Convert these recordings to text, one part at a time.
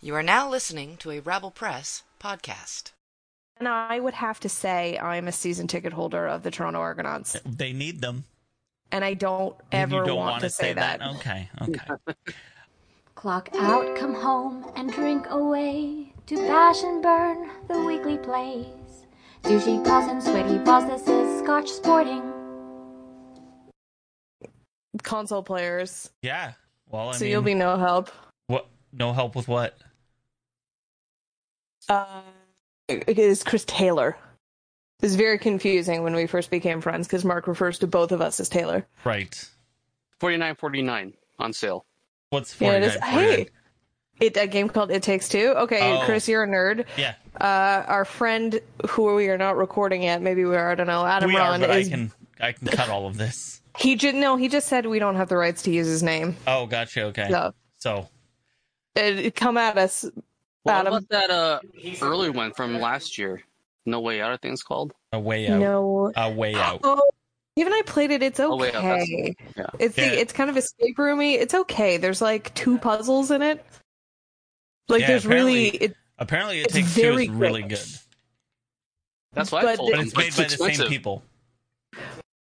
You are now listening to a Rabble Press podcast. And I would have to say I'm a season ticket holder of the Toronto Argonauts, They need them. and I don't And ever you don't want, wanna to say, that. Okay, okay. Clock out, come home, and drink away to bash and burn the weekly plays. Douchey calls and sweaty balls, this is Scotch Sporting. Console players, yeah. Well, I so mean, you'll be no help. what? No help with what? Uh, it is Chris Taylor. It was very confusing when we first became friends because Mark refers to both of us as Taylor. Right. Forty nine forty nine on sale. What's Yeah, it 49? is. Hey, it a game called It Takes Two. Okay, Oh. Chris, you're a nerd. Yeah. Uh, our friend, who we are not recording yet, maybe we are. I don't know. Adam we are, Ron but is. I can I can cut all of this. He just no. He just said we don't have the rights to use his name. Oh, gotcha. Okay. So So uh, come at us, Well, Adam. What about that uh early one from last year? No way out, I think it's called. a way out. No. A way out. Oh, even I played it. It's okay. Oh, wait, no, that's- yeah. It's the, Yeah. it's kind of escape roomy. It's okay. There's like two puzzles in it. Like Yeah, there's really apparently- it, Apparently, it It's takes two very is really good. good, That's what I But- told but them, it's made by the expensive. same people.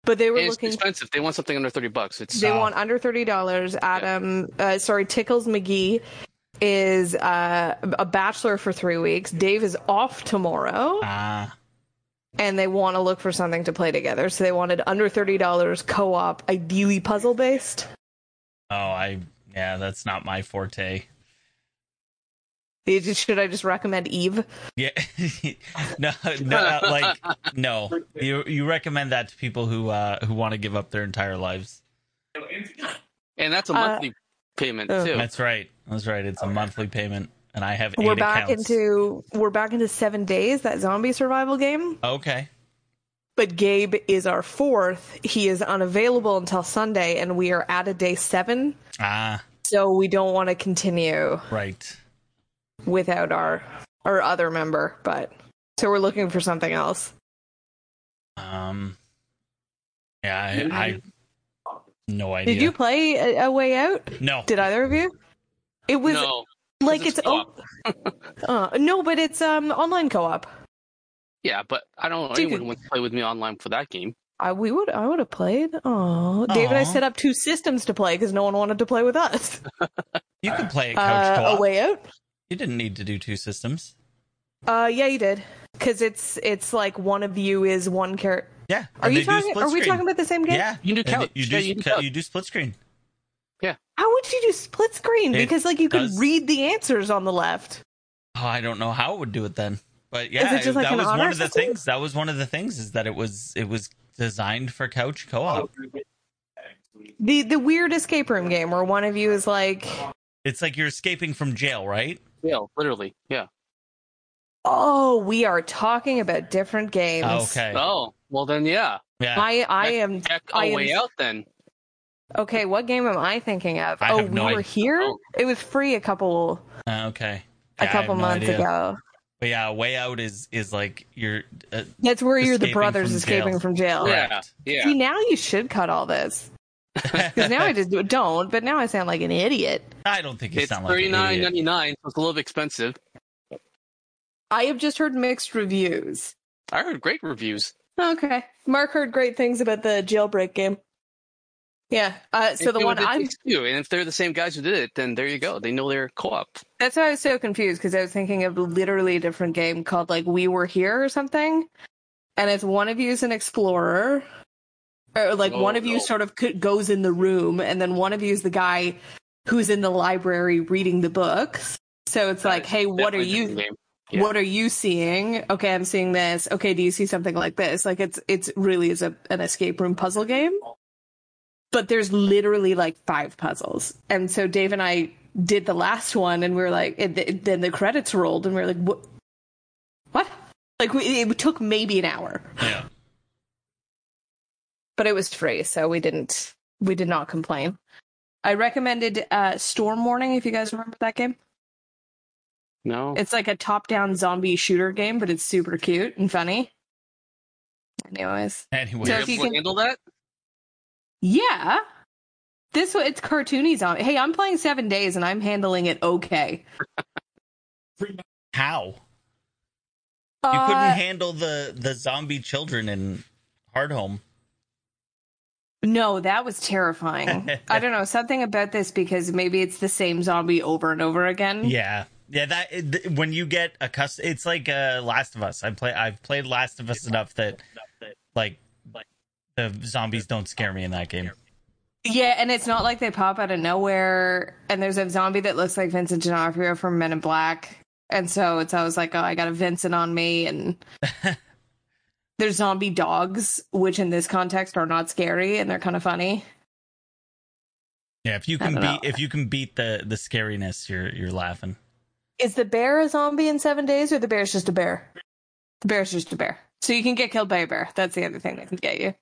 but they were It's looking. expensive. They want something under thirty bucks. It's They Oh. want under thirty dollars. Adam, uh, sorry, Tickles McGee is uh, a bachelor for three weeks. Dave is off tomorrow, Ah, and they want to look for something to play together. So they wanted under thirty dollars co-op, ideally puzzle based. oh, I yeah, that's not my forte. Should I just recommend Eve? Yeah, no, no, uh, like no. You you recommend that to people who uh who want to give up their entire lives? and that's a Uh, monthly payment uh, too. That's right. That's right. It's a monthly payment, and I have 8 we're back accounts. into we're back into seven days that zombie survival game okay. but gabe is our fourth he is unavailable until sunday and we are at a day seven Ah, so we don't want to continue right. without our our other member but so we're looking for something else Um, yeah, I, I no idea. did you play a, a way out No, did either of you it was no, like 'cause it's, oh, co-op. uh, no but it's um online co-op yeah, but I don't know Dude. anyone wants to play with me online for that game. I we would I would have played. Oh, David, I Aw. set up two systems to play because no one wanted to play with us. you could play at couch Uh, co-op. a way out. You didn't need to do two systems. Uh, yeah, you did. Because it's it's like one of you is one character. Yeah. Are and you they do talking? split Are we screen. talking about the same game? Yeah, You can do And couch. You do, Yeah, you can ca- couch. you do split screen. How would you do split screen? It because like you could does- read the answers on the left. Oh, I don't know how it would do it then. But yeah, it just like that an was honor one of the system? things. That was one of the things is that it was it was designed for couch co-op. Oh. The the weird escape room game where one of you is like, It's like you're escaping from jail, right? Yeah, literally. Yeah. oh, we are talking about different games. okay. Oh, well then, yeah. yeah. I I am Heck, I a am way out then. okay. What game am I thinking of? I oh, have we no were idea. here. Oh. It was free a couple Uh, okay. a Yeah, I couple have no months idea. ago. But yeah, way out is is like you're uh, That's where you're the Escaping brothers from escaping jail. from jail. Right. Yeah, Correct. yeah. See, now you should cut all this. Because now I just do- don't, but now I sound like an idiot. I don't think you It's sound like thirty an nine idiot. ninety nine, so it's a little bit expensive. I have just heard mixed reviews. I heard great reviews. Okay. Mark heard great things about the jailbreak game. Yeah. Uh, so If the you one did I'm these two, and if they're the same guys who did it, then there you go. They know they're co-op. that's why I was so confused because I was thinking of literally a different game called like We Were Here or something. And it's one of you is an explorer. Or like Oh, one of you no. sort of co- goes in the room and then one of you is the guy who's in the library reading the books. So it's like, hey, what are Definitely you different game. Yeah. What are you seeing? Okay, I'm seeing this. Okay, do you see something like this? Like it's it's really is a an escape room puzzle game. But there's literally like five puzzles. And so Dave and I did the last one and we were like and th- then the credits rolled and we were like what what? Like we, it took maybe an hour, Yeah. but it was free, so we didn't we did not complain. I recommended uh Storm Warning if you guys remember that game. No, It's like a top-down zombie shooter game, but it's super cute and funny. Anyways, Anyway, So You're if you able to can- handle that. yeah, this one it's cartoony zombie. Hey, I'm playing Seven Days and I'm handling it okay. How? You Uh, couldn't handle the the zombie children in Hardhome. No, that was terrifying. I don't know, something about this because maybe it's the same zombie over and over again. Yeah. Yeah, that th- when you get accustomed, it's like uh, Last of Us. I play, I've played Last of Us enough that, like, the zombies don't scare me in that game. Yeah, and it's not like they pop out of nowhere and there's a zombie that looks like Vincent D'Onofrio from Men in Black. And so it's always like, oh, I got a Vincent on me and there's zombie dogs, which in this context are not scary and they're kind of funny. Yeah, if you I can don't beat, know. if you can beat the the scariness, you're you're laughing. Is the bear a zombie in seven days or the bear's just a bear? The bear's just a bear. So you can get killed by a bear. That's the other thing that can get you.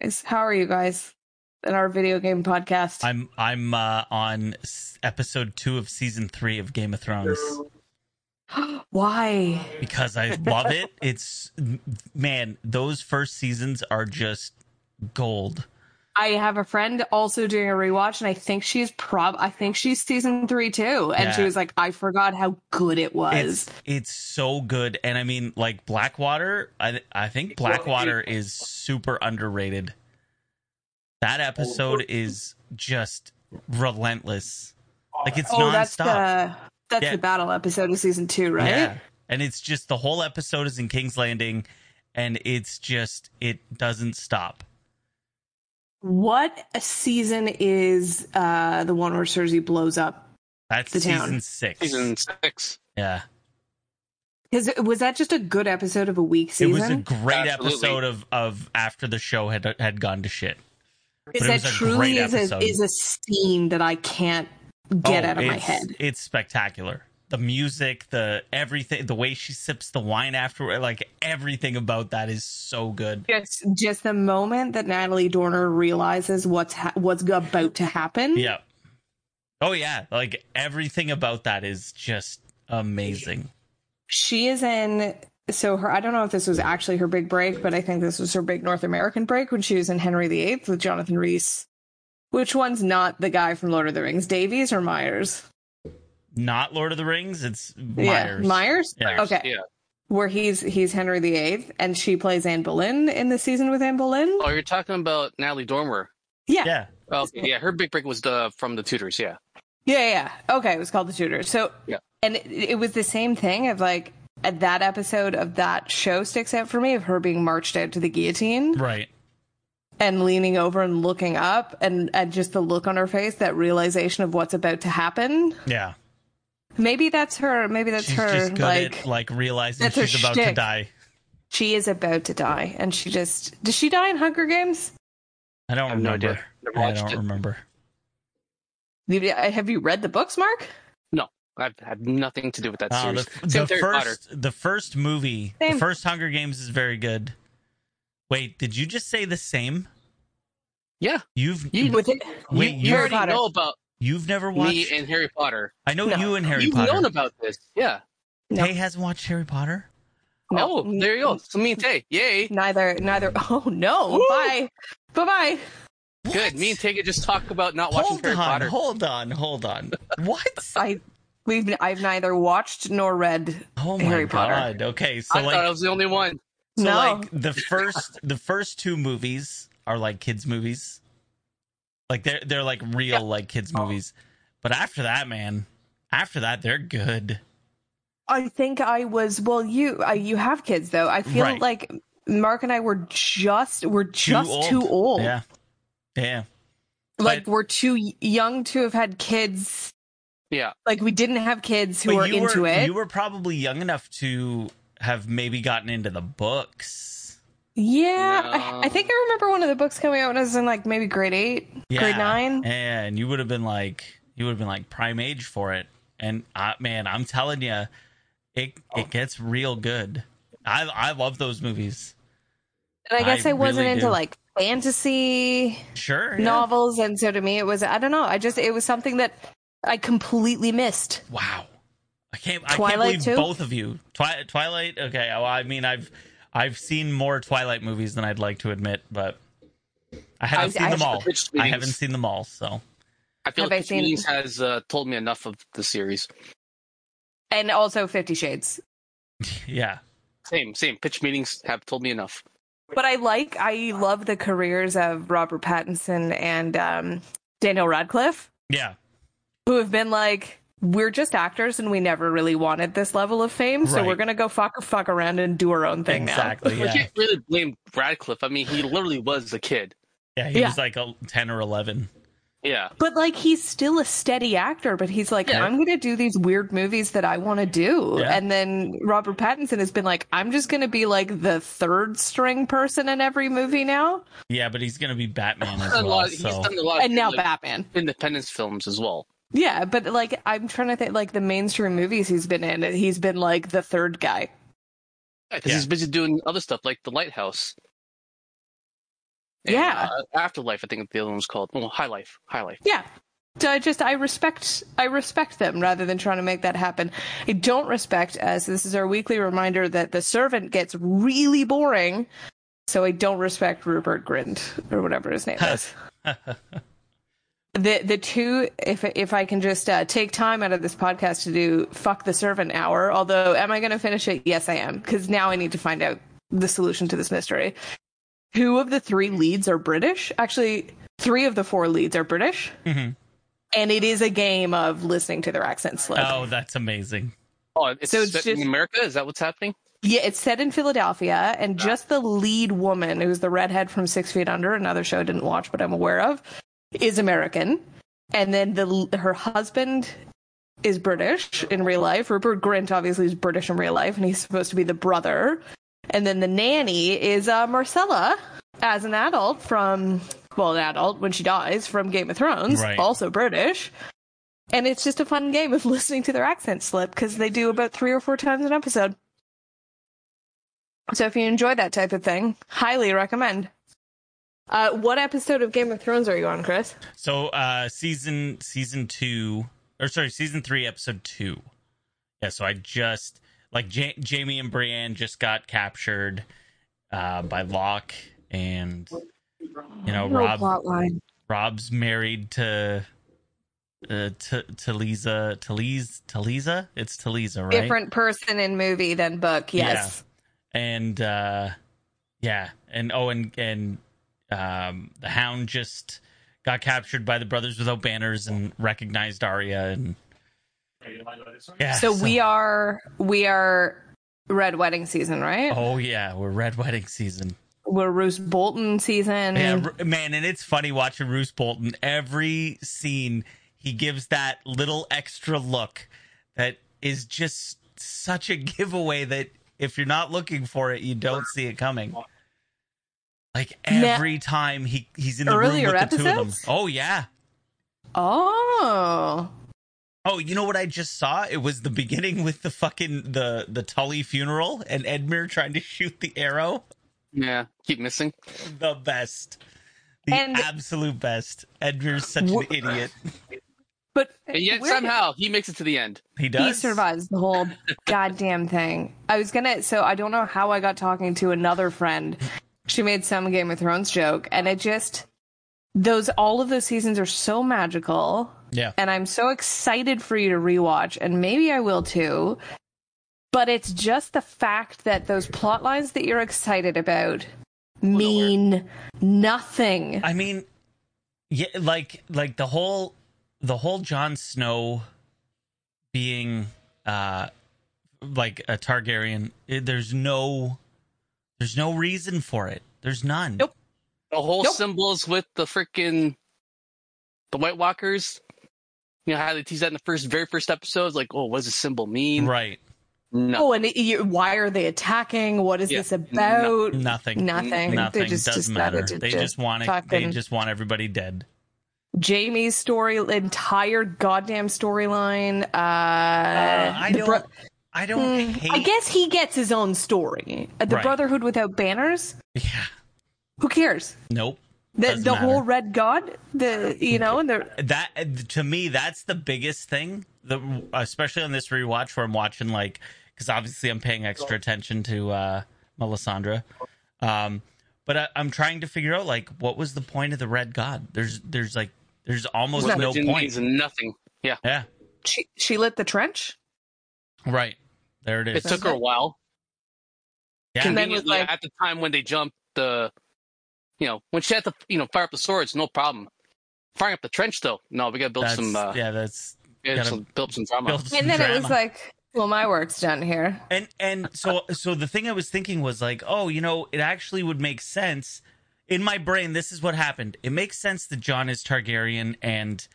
Is how are you guys in our video game podcast? I'm I'm uh, on s- episode two of season three of Game of Thrones Why? because I love it. It's man, those first seasons are just gold. I have a friend also doing a rewatch, and I think she's prob. I think she's season three too. And she Yeah. was like, "I forgot how good it was." It's it's so good, and I mean, like Blackwater. I I think Blackwater is super underrated. That Oh, episode is just relentless. Like it's oh, nonstop. that's the that's Yeah. the battle episode of season two, right? Yeah. And it's just the whole episode is in King's Landing and it's just it doesn't stop. What season is uh the one where Cersei blows up? That's The season town. six. Season six. yeah. Because was that just a good episode of a week season? It was a great Absolutely. episode of of after the show had had gone to shit. is it that was a truly great is a, episode. is a scene that I can't get Oh, out of my it's- head? It's spectacular. The music, the everything, the way she sips the wine afterward, like everything about that is so good. Just just the moment that Natalie Dorner realizes what's ha- what's about to happen. Yeah. Oh yeah, like everything about that is just amazing. she is in so her i don't know if this was actually her big break but i think this was her big north american break when she was in henry viii with jonathan reese which one's not the guy from lord of the rings davies or myers Not Lord of the Rings, it's Myers. yeah myers Yeah. okay Yeah. where he's he's henry viii and she plays anne boleyn in the season with anne boleyn Oh, you're talking about Natalie Dormer. yeah Yeah. Oh, yeah. Her big break was the from the Tutors. Yeah. Yeah, yeah. Okay, it was called The Tutors. So, Yeah. and it, it was the same thing of like at that episode of that show sticks out for me of her being marched out to the guillotine Right. and leaning over and looking up and, and just the look on her face, that realization of what's about to happen. Yeah. Maybe that's her. Maybe that's She's her. just good like at like realizing that's her she's about to shtick. die. she is about to die, and she just does she die in Hunger Games? I don't I have no remember. idea. Never I watched don't it. remember. You- uh, Have you read the books, Mark? I've had nothing to do with that Uh, series. the the Same Harry Potter. first the first movie, Same. the first Hunger Games is very good. Wait, did you just say the same? Yeah. You've With it, wait, you, you you, Harry already Potter. know about you have never watched. me and Harry Potter. I know No. you and Harry You've Potter. known about this. Yeah. No. Tay hasn't watched Harry Potter. No. Oh, there you go. So me and Tay. Yay. neither, neither. Oh no! Woo! Bye, bye, bye. Good. Me and Tay could just talk about not watching Hold Harry on, Potter. hold on, hold on. What? I we've I've neither watched nor read. Oh my Harry Potter. god. Okay, so I like thought I was the only one. So no, like the first the first two movies are like kids movies. Like they're they're like real like kids movies. But after that, man, after that they're good. I think I was. Well, you I, you have kids though. I feel Right. like Mark and I were just we're Too just too old. Yeah. Yeah. Like but- we're too y- young to have had kids. Yeah. Like we didn't have kids who But were you into were, it. You were probably young enough to have maybe gotten into the books. yeah, No. I, I think I remember one of the books coming out when I was in like maybe grade eight, Yeah. grade nine. And you would have been like you would have been like prime age for it. And I, man, I'm telling you, it Oh. it gets real good. I I love those movies. And I guess I, I wasn't really into do. like fantasy. Sure. yeah. novels and so to me it was i don't know i just it was something that i completely missed Wow. I can't I can't Twilight believe too? both of you. Twi- Twilight, okay. Well, I mean I've I've seen more Twilight movies than I'd like to admit, but I haven't I- seen I- them all. Pitch I meetings. haven't seen them all, so I feel Have like I Pitch seen- meetings has uh, told me enough of the series. and also Fifty Shades. Yeah. Same, same. Pitch meetings have told me enough. But I like, I love the careers of Robert Pattinson and um, Daniel Radcliffe, Yeah. who have been like, we're just actors and we never really wanted this level of fame, so Right. we're gonna go fuck fuck around and do our own thing Exactly. I Yeah. can't really blame Radcliffe. I mean, he literally was a kid. Yeah. He Yeah. was like a, 10 or 11. Yeah. now. But like, he's still a steady actor, but he's like, Yeah. I'm gonna do these weird movies that I want to do, Yeah. and then Robert Pattinson has been like, I'm just gonna be like the third string person in every movie now, Yeah. But he's going to be Batman as He's done a well. lot, he's So done a lot of and now like, Batman. independence films as well. Yeah, but like I'm trying to think, like the mainstream movies he's been in, he's been like the third guy. Because Yeah. he's busy doing other stuff like The Lighthouse. Yeah. uh, Afterlife, I think the other one's called. Oh, Well, High Life. High Life. Yeah. So I just I respect I respect them rather than trying to make that happen. I don't respect as this is our weekly reminder that the servant gets really boring. So I don't respect Rupert Grind or whatever his name is. the the two if if I can just uh, take time out of this podcast to do fuck the servant hour. Although, am I going to finish it? Yes, I am because now I need to find out the solution to this mystery. Two of the three leads are British. Actually, three of the four leads are British, Mhm. and it is a game of listening to their accents. Like, oh, that's amazing. Oh, it's, So it's set just- in America? Is that what's happening? Yeah, it's set in Philadelphia, and just the lead woman, who's the redhead from Six Feet Under, another show I didn't watch but I'm aware of, is American, and then the her husband is British in real life. Rupert Grint obviously is British in real life, and he's supposed to be the brother. And then the nanny is uh, Marcella as an adult from well, an adult when she dies from Game of Thrones, Right. also British. And it's just a fun game of listening to their accent slip because they do about three or four times an episode. So if you enjoy that type of thing, highly recommend. Uh, what episode of Game of Thrones are you on, Chris? So uh season season two or sorry, season three, episode two. Yeah, so I just like ja- Jamie and Brienne just got captured uh by Locke and you know Rob line. Rob's married to uh to Talisa Talise Talisa? It's Talisa, right? Different person in movie than book. Yes. and uh yeah and oh and and um the hound just got captured by the brothers without banners and recognized Arya and yeah So we are we are Red Wedding season, right? oh yeah we're red wedding season We're Roose Bolton season. yeah Ru- man and it's funny watching Roose Bolton every scene he gives that little extra look that is just such a giveaway that if you're not looking for it you don't see it coming like Now- every time he he's in the Earlier room with the two of them episodes? oh yeah Oh. Oh, you know what I just saw? It was the beginning with the fucking the the Tully funeral and Edmure trying to shoot the arrow. Yeah. Keep missing. The best. The And- absolute best. Edmure's such an Wha- idiot. But And yet where- somehow he makes it to the end. He does. he survives the whole goddamn thing. I was gonna so I don't know how I got talking to another friend. She made some Game of Thrones joke and it just those all of those seasons are so magical. Yeah. and I'm so excited for you to rewatch, and maybe I will too. But it's just the fact that those plot lines that you're excited about mean nothing. I mean, yeah, like like the whole the whole Jon Snow being uh like a Targaryen. it- there's no there's no reason for it. There's none. Nope. The whole Nope. symbols with the freaking the White Walkers. You know how they tease that in the first, very first episode? It's like, oh, what does the symbol mean? Right. No. Oh, and it- you, why are they attacking? What is Yeah. this about? Nothing. Nothing. Nothing They just does decided matter. to They just want it. They fucking- just want everybody dead. Jamie's story, entire goddamn storyline. Uh, I the don't. bro- I don't hate. Hmm. I guess he gets his own story. Uh, The Right. Brotherhood without banners. Yeah. Who cares? Nope. The, Doesn't the matter. whole Red God. The you know and the that to me that's the biggest thing. The especially on this rewatch where I'm watching like because obviously I'm paying extra attention to uh, Melisandre. Um, but I, I'm trying to figure out like what was the point of the Red God? There's there's like there's almost no Religion point. means nothing. Yeah. Yeah. she she lit the trench. Right. There it is. It took her a while. Yeah. And then with, Conveniently, like- at the time when they jumped the, you know, when she had to, you know, fire up the swords, no problem. Firing up the trench though, no, we gotta build That's- some, uh, yeah, that's build gotta some, build some drama. build some and then drama. it was like, well, my work's done here. and and so so the thing I was thinking was like, oh, you know, it actually would make sense in my brain. This is what happened. It makes sense that John is Targaryen and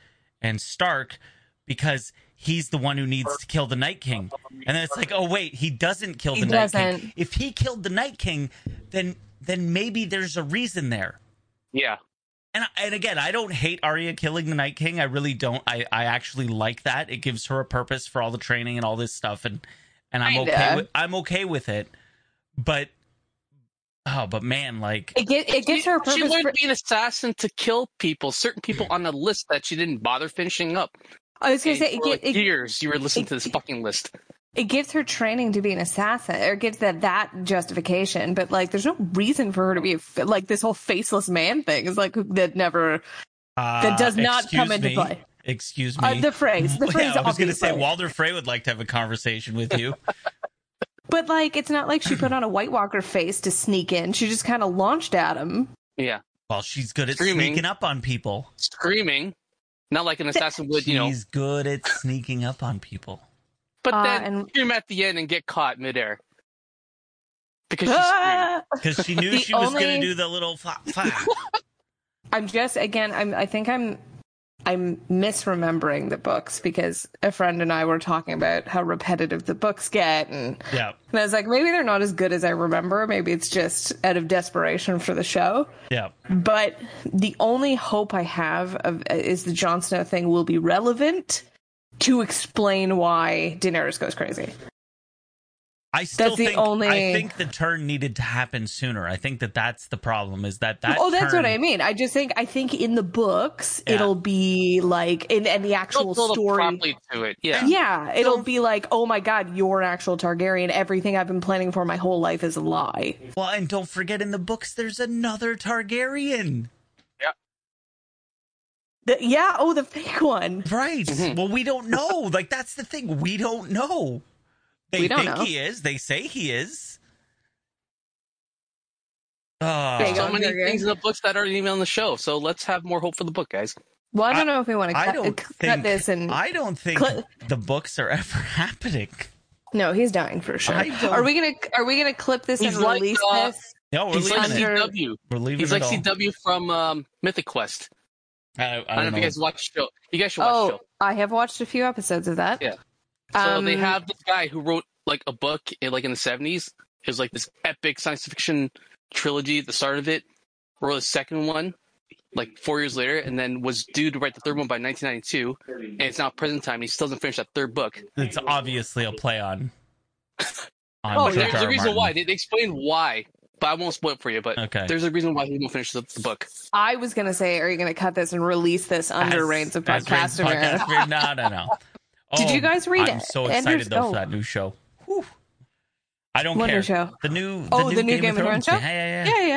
and Stark because he's the one who needs to kill the Night King. And then it's like, oh wait, he doesn't kill the He Night King. doesn't. If he killed the Night King, then then maybe there's a reason there. yeah. And and again, I don't hate Arya killing the Night King. I really don't. I I actually like that. It gives her a purpose for all the training and all this stuff, and and I'm Kinda. okay. With, I'm okay with it. But oh, but man, like It get it gets she, her a purpose. she learned for- to be an assassin to kill people, certain people on the list that she didn't bother finishing up. I was gonna Okay, say it, for get, like it, years you were listening to this fucking list. it gives her training to be an assassin, or it gives that that justification. But like, there's no reason for her to be a fa- like this whole faceless man thing is like that never uh, That does not excuse come into me. play. Excuse me. Uh, the phrase- the phrase Yeah, I was going to say obviously. Walder Frey would like to have a conversation with you. But like, it's not like she put on a White Walker face to sneak in. She just kind of launched at him. Yeah. well, she's good at Screaming. sneaking up on people. Screaming. Not like an assassin would, She's you know. good at sneaking up on people. But Uh, then and- scream at the end and get caught midair. Because she screamed. Ah! Because she knew The she was going only- to do the little flop, flop. I'm just again. I'm. I think I'm. I'm misremembering the books because a friend and I were talking about how repetitive the books get, and, yeah, and I was like, maybe they're not as good as I remember. Maybe it's just out of desperation for the show. yeah. But the only hope I have of is the Jon Snow thing will be relevant to explain why Daenerys goes crazy. I still That's the think only- I think the turn needed to happen sooner. I think that that's the problem is that that oh, that's turn- what I mean. I just think I think in the books Yeah. it'll be like in and the actual Don't build up story. properly to it. Yeah. Yeah, it'll be like, oh my god, you're an actual Targaryen. Everything I've been planning for my whole life is a lie. Well, and don't forget in the books there's another Targaryen. The- yeah, oh, the fake one. Right. Mm-hmm. Well, we don't know. Like that's the thing. We don't know. They We don't think know. he is. They say he is. Uh, There you go. So many Hamburger. things in the books that aren't even on the show. So let's have more hope for the book, guys. Well, I I- don't know if we want to I cut, don't cut think this and I don't think Cl- the books are ever happening. no, he's dying for sure. I don't- Are we gonna are we gonna clip this He's and like, release uh, this? No, we're He's leaving like leaving it. it. CW. We're leaving He's it like all. CW from um, Mythic Quest. I, I I don't, don't know if you know. guys watch the show. You guys should watch the Oh, show. I have watched a few episodes of that. Yeah. So they Um, have this guy who wrote like a book in like in the seventies. It was like this epic science fiction trilogy. at The start of it wrote a second one like four years later, and then was due to write the third one by 1992. And it's now present time. And he still doesn't finish that third book. It's obviously a play on. on Oh, George there's R. a R. reason Martin. why. They, they explain why, but I won't spoil it for you. But Okay. there's a reason why he won't finish the, the book. I was gonna say, are you gonna cut this and release this under Reigns of as Reigns of Podcastamere? Podcastamere. No, no, no. Did you guys read I'm it? so Anders, excited though go. for that new show. Whew. I don't What new care. show? The new. The Oh, new the new Game, of Thrones, show. Yeah, yeah, yeah. yeah,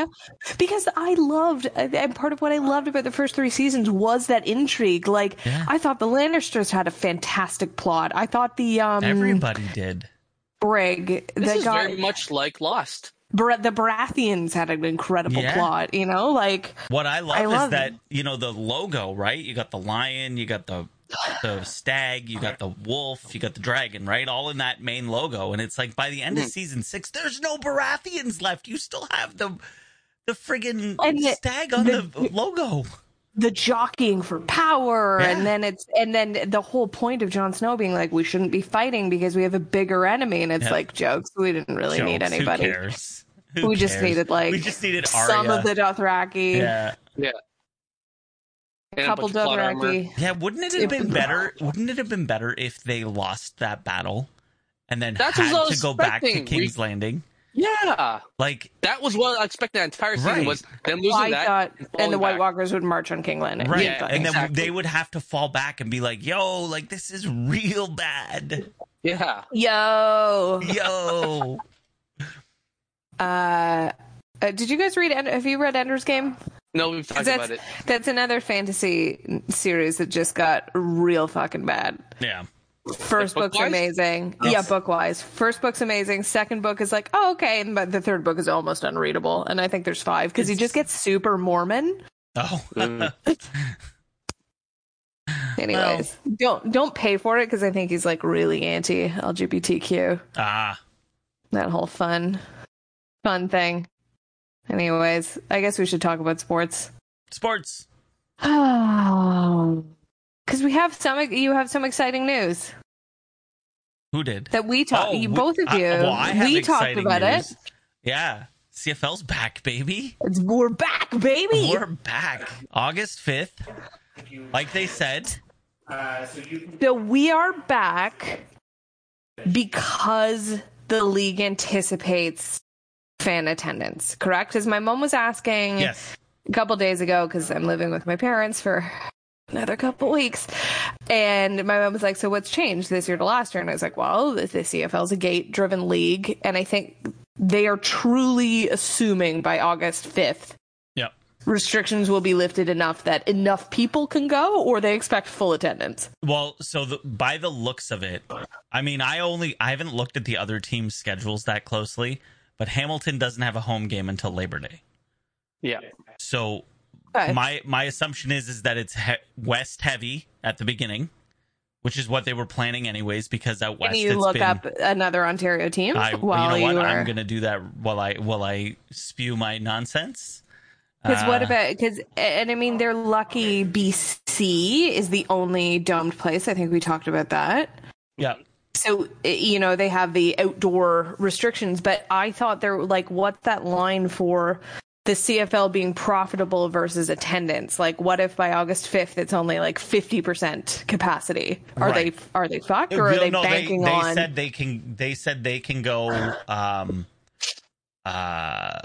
yeah. Because I loved, uh, and part of what I loved about the first three seasons was that intrigue. Like, Yeah. I thought the Lannisters had a fantastic plot. I thought the um Everybody did. Brig This that is got very much like Lost. Bra- the Baratheons had an incredible Yeah. plot. You know, like What I love, I love is that you know the logo, right? You got the lion, you got the the stag, you got the wolf, you got the dragon, right? All in that main logo, and it's like by the end Mm-hmm. of season six, there's no Baratheons left. You still have the the friggin' And the- stag on the- the logo. the jockeying for power Yeah. and then it's and then the whole point of Jon Snow being like we shouldn't be fighting because we have a bigger enemy and it's Yeah. like jokes we didn't really need jokes. anybody Who cares? Who we just cares? needed like we just needed Arya. some of the Dothraki yeah, And a couple bunch of plot armor. Dothraki yeah. Wouldn't it have been better? Wouldn't it have been better if they lost that battle and then That's what I had was to go back to expecting. King's Landing? Yeah, Like, that was what I expected. That entire season Right. was them losing I that thought falling and the White back. Walkers would march on King Landing right? Yeah, and then exactly. they would have to fall back and be like, "Yo, like this is real bad, Yeah. yo yo." uh, uh did you guys read End- have you read Ender's Game No, we've talked that's about it. that's another fantasy series that just got real fucking bad yeah, First Like book's Bookwise? Oh. amazing. Yeah, book wise. First book's amazing. Second book is like, oh, okay. And, but the third book is almost unreadable. And I think there's five because he just gets super Mormon. Oh, Mm. Anyways, don't don't pay for it because I think he's like really anti LGBTQ. ah, That whole fun, fun thing. Anyways, I guess we should talk about sports. sports. Oh, because we have some. You have some exciting news Who did? that we talked. Oh, you we- both of I- you. well, I have we talked exciting about news. it. Yeah, CFL's back, baby. It's, we're back, baby. We're back. August fifth. Like they said, So we are back because the league anticipates fan attendance. Correct? Because my mom was asking. yes. a couple days ago because I'm living with my parents for another couple weeks. And my mom was like, So what's changed this year to last year? And I was like, Well, the, the CFL is a gate driven league. And I think they are truly assuming by August 5th, Yep. restrictions will be lifted enough that enough people can go, or they expect full attendance. Well, so the, by the looks of it, I mean, I only I haven't looked at the other teams' schedules that closely, but Hamilton doesn't have a home game until Labor Day. Yeah. So Okay. my my assumption is is that it's he- west heavy at the beginning, which is what they were planning anyways. Because out west, Can you it's look been- up another Ontario team I, while you know you, what? are? I'm gonna do that while I while I spew my nonsense. Because what Uh, about? Because and I mean, they're lucky. BC is the only domed place. I think we talked about that. Yeah, So i- you know they have the outdoor restrictions, but I thought they're like, what's that line for the CFL being profitable versus attendance? Like, what if by August fifth it's only like fifty percent capacity? Are Right. they are they fucked or are No, they no, banking they, on? said they can. They said they can go. Um, uh,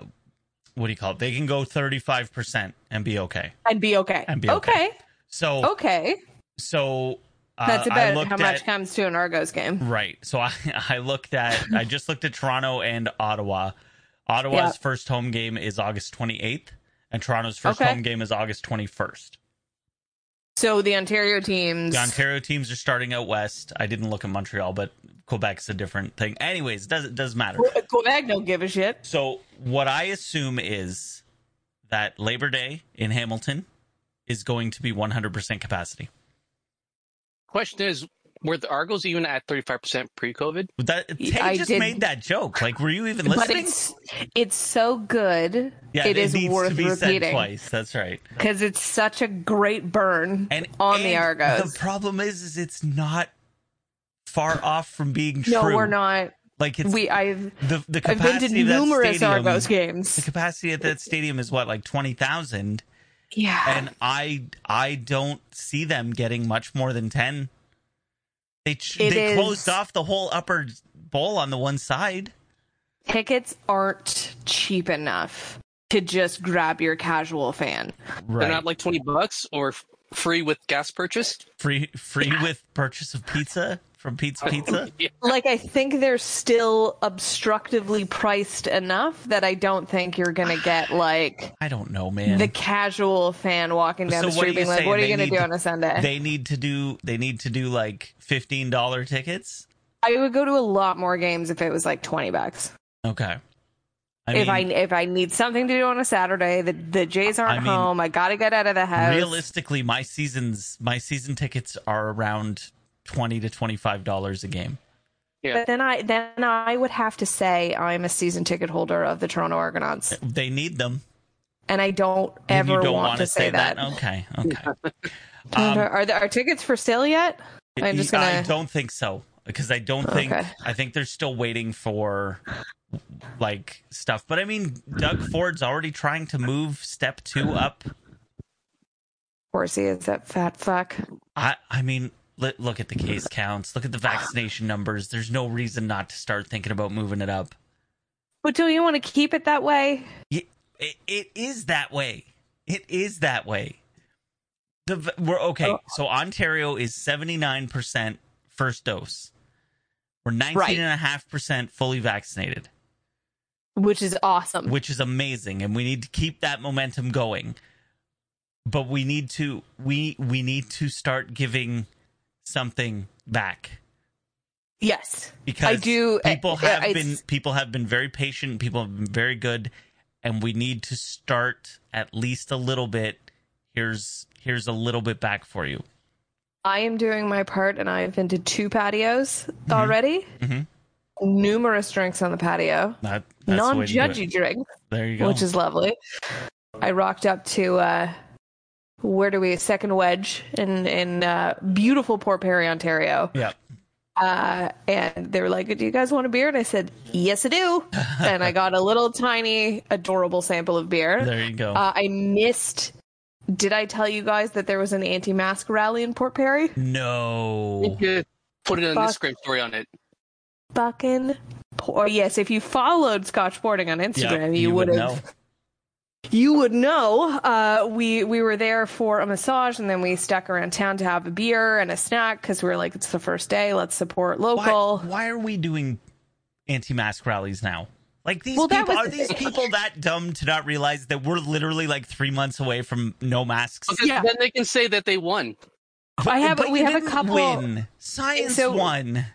what do you call it? They can go 35 percent and be okay. I'd be okay. I'd be okay. okay. So Okay. so uh, That's I about looked how much at- comes to an Argos game. Right. So I, I looked at I just looked at Toronto and Ottawa. Ottawa's Yeah. first home game is August 28th and Toronto's first Okay. home game is August 21st. So the Ontario teams. The Ontario teams are starting out west. I didn't look at Montreal, but Quebec's a different thing. Anyways, does it doesn't matter. Quebec don't give a shit. So what I assume is that Labor Day in Hamilton is going to be 100% capacity. Question is, were the Argos even at 35% pre-COVID? But That Tay I just did- made that joke. Like, were you even But listening? it's it's so good. yeah, it is needs worth to be said repeating twice. That's right. because it's such a great burn on the Argos. The problem is, is it's not far off from being true. no, we're not. Like it's We I've the the I've been capacity to of that numerous stadium- Argos The games. capacity at that stadium is what like twenty thousand, Yeah, and I I don't see them getting much more than ten. They ch- It they is- closed off the whole upper bowl on the one side. tickets aren't cheap enough to just grab your casual fan. Right, They're not like 20 bucks or f- free with gas purchase? free free with purchase of pizza from Pete's Oh, Pizza. Like I think they're still obstructively priced enough that I don't think you're gonna get like. I don't know, man. The casual fan walking down So the what street are you being like, saying? "What are They you going to need do to- on a Sunday?" they need to do they need to do like fifteen dollar tickets. I would go to a lot more games if it was like twenty bucks. Okay. I if I if I need something to do on a Saturday, the the Jays aren't I mean, home. I gotta get out of the house. realistically, my seasons my season tickets are around twenty to twenty five dollars a game. Yeah. But then I then I would have to say I'm a season ticket holder of the Toronto Argonauts, They need them. and I don't and ever you don't want, wanna to say, that. Okay. Okay. Um, Toronto- are there, are tickets for sale yet? I'm just gonna. I don't think so because I don't think Okay. I think they're still waiting for like stuff. But I mean, Doug Ford's already trying to move step two up. Of course he is that fat fuck. I I mean. li- Look at the case counts. Look at the vaccination numbers. There's no reason not to start thinking about moving it up. But do you want to keep it that way? it, it, it is that way. It is that way. The v- we're okay. So Ontario is 79% first dose. We're 19.5% fully vaccinated, Which is awesome. which is amazing and we need to keep that momentum going. But we need to we we need to start giving something back. Yes. because I do- people I- have I- been people have been very patient people have been very good and we need to start at least a little bit here's here's a little bit back for you I am doing my part and I've been to two patios Mm-hmm. already. Numerous drinks on the patio. that, that's the Non way to do it. judgy drinks, there you go which is lovely. I rocked up to uh where do we second wedge in in uh, beautiful Port Perry, Ontario. yeah Uh, and they were like, "Do you guys want a beer?" And I said, "Yes, I do." and I got a little tiny, adorable sample of beer. there you go Uh, I missed. Did I tell you guys that there was an anti-mask rally in Port Perry? You no could Put an Fuck. Instagram story on it. Fucking poor. Yes, if you followed Scotch Boarding on Instagram, Yeah, you, would have. know. You would know. Uh, we we were there for a massage, and then we stuck around town to have a beer and a snack because we were like, it's the first day. Let's support local. Why, why are we doing anti-mask rallies now? Like these Well, that people was are the these thing. people that dumb to not realize that we're literally like three months away from no masks. Because Yeah. Then they can say that they won. I have. But we you have a didn't couple. Win. Science So- won.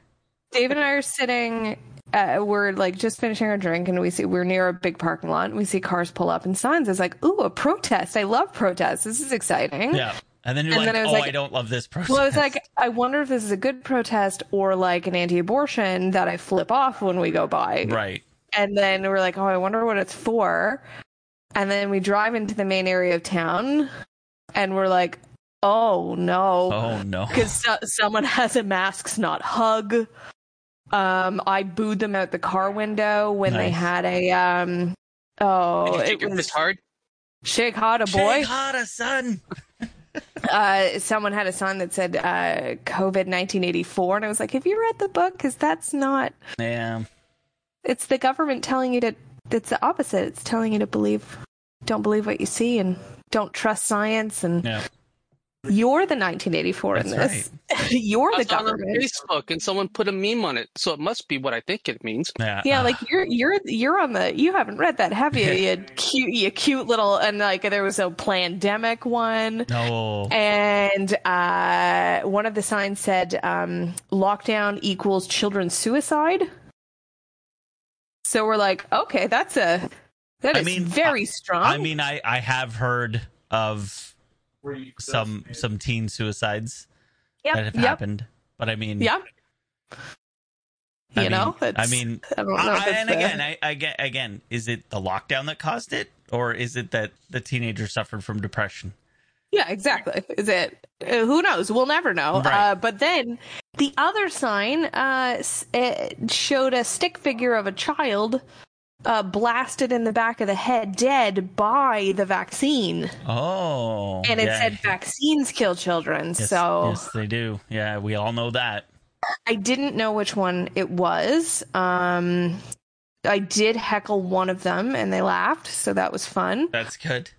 Dave and I are sitting. Uh, we're like just finishing our drink, and we see we're near a big parking lot. And we see cars pull up and signs. It's like, ooh, a protest! I love protests. This is exciting. Yeah. And then you're And like, then I was oh, like- I don't love this person. Well, I was like, I wonder if this is a good protest or like an anti-abortion that I flip off when we go by. right. And then we're like, oh, I wonder what it's for. And then we drive into the main area of town, and we're like, oh no Oh no. because so- someone has a masks not hug. Um, I booed them out the car window when they Nice. had a um. Oh, Did you it take your was fist hard? shake hot a boy. Shake Hada, son. Uh, someone had a sign that said uh, "COVID 1984," and I was like, "Have you read the book? Because that's not. Yeah. It's the government telling you to. It's the opposite. It's telling you to believe. Don't believe what you see, and don't trust science. And Yeah. you're the 1984 in That's this. you're I the was on government. Facebook and someone put a meme on it, so it must be what I think it means. Yeah. Yeah, like you're you're you're on the you haven't read that, have you? You cute you cute little and like there was a pandemic one. Uh, no. And uh, one of the signs said um, lockdown equals children's suicide. So we're like, okay, that's a that I is mean, very strong. I mean, I I have heard of some some teen suicides yep, that have yep, happened, but I mean, yep. I you mean- know, I it's- mean, I don't know. I- if it's and the- again, I, I get again. Is it the lockdown that caused it, or is it that the teenager suffered from depression? Yeah, exactly. Is it? Uh, who knows? We'll never know. Right. Uh, but then the other sign uh, s- it showed a stick figure of a child uh, blasted in the back of the head, dead by the vaccine, Oh, and it yeah. said vaccines kill children. Yes, so yes, they do. Yeah, we all know that. I didn't know which one it was. Um, I did heckle one of them, and they laughed, so that was fun. That's good.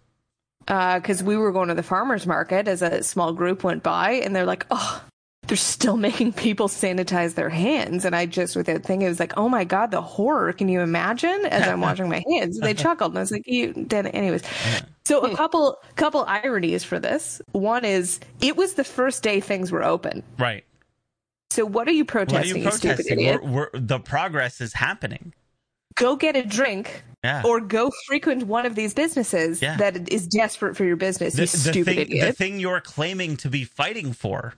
because Uh, we were going to the farmers market as a small group went by, and they're like, oh, they're still making people sanitize their hands. And I just, without thinking, it was like, oh my God, the horror. Can you imagine? As I'm washing my hands, and they chuckled. And I was like, you, then, anyways. So a couple, couple ironies for this. One is it was the first day things were open. Right. So what are you What are protesting, you you stupid protesting? idiot? We're, we're, the progress is happening. Go get a drink Yeah. or go frequent one of these businesses Yeah. that is desperate for your business, you stupid thing, idiot. the thing you're claiming to be fighting for.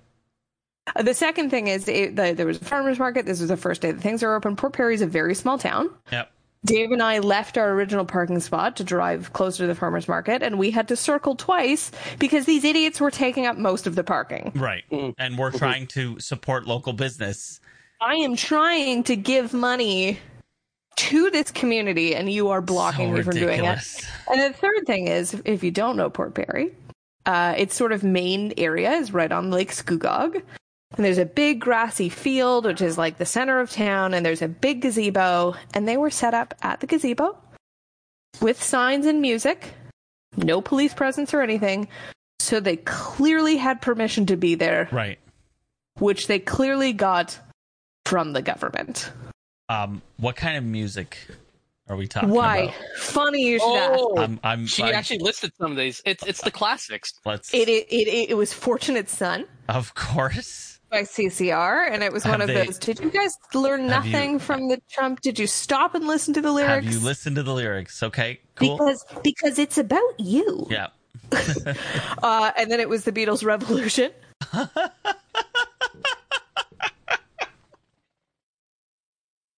Uh, The second thing is it, the, there was a farmers market. This was the first day that things are open. Port Perry is a very small town. Yep. Dave and I left our original parking spot to drive closer to the farmers market, and we had to circle twice because these idiots were taking up most of the parking. Right. And we're trying to support local business. I am trying to give money to this community, and you are blocking so me from doing it. ridiculous. And the third thing is, if you don't know Port Perry, uh, its sort of main area is right on Lake Scugog. And there's a big grassy field, which is like the center of town, and there's a big gazebo. And they were set up at the gazebo with signs and music, no police presence or anything. So they clearly had permission to be there, Right. which they clearly got from the government. Um, what kind of music are we talking Why? about? Funny you should ask. Oh, I'm, I'm, she I'm- actually listed some of these. It's it's the classics. let's, It, it, it, it was Fortunate Son. of course. by CCR, and it was one Have of they- those. Did you guys learn Have you- nothing from the Trump? Did you stop and listen to the lyrics? Have you listened to the lyrics? Okay, cool. Because because it's about you. yeah. Uh, and then it was the Beatles' Revolution.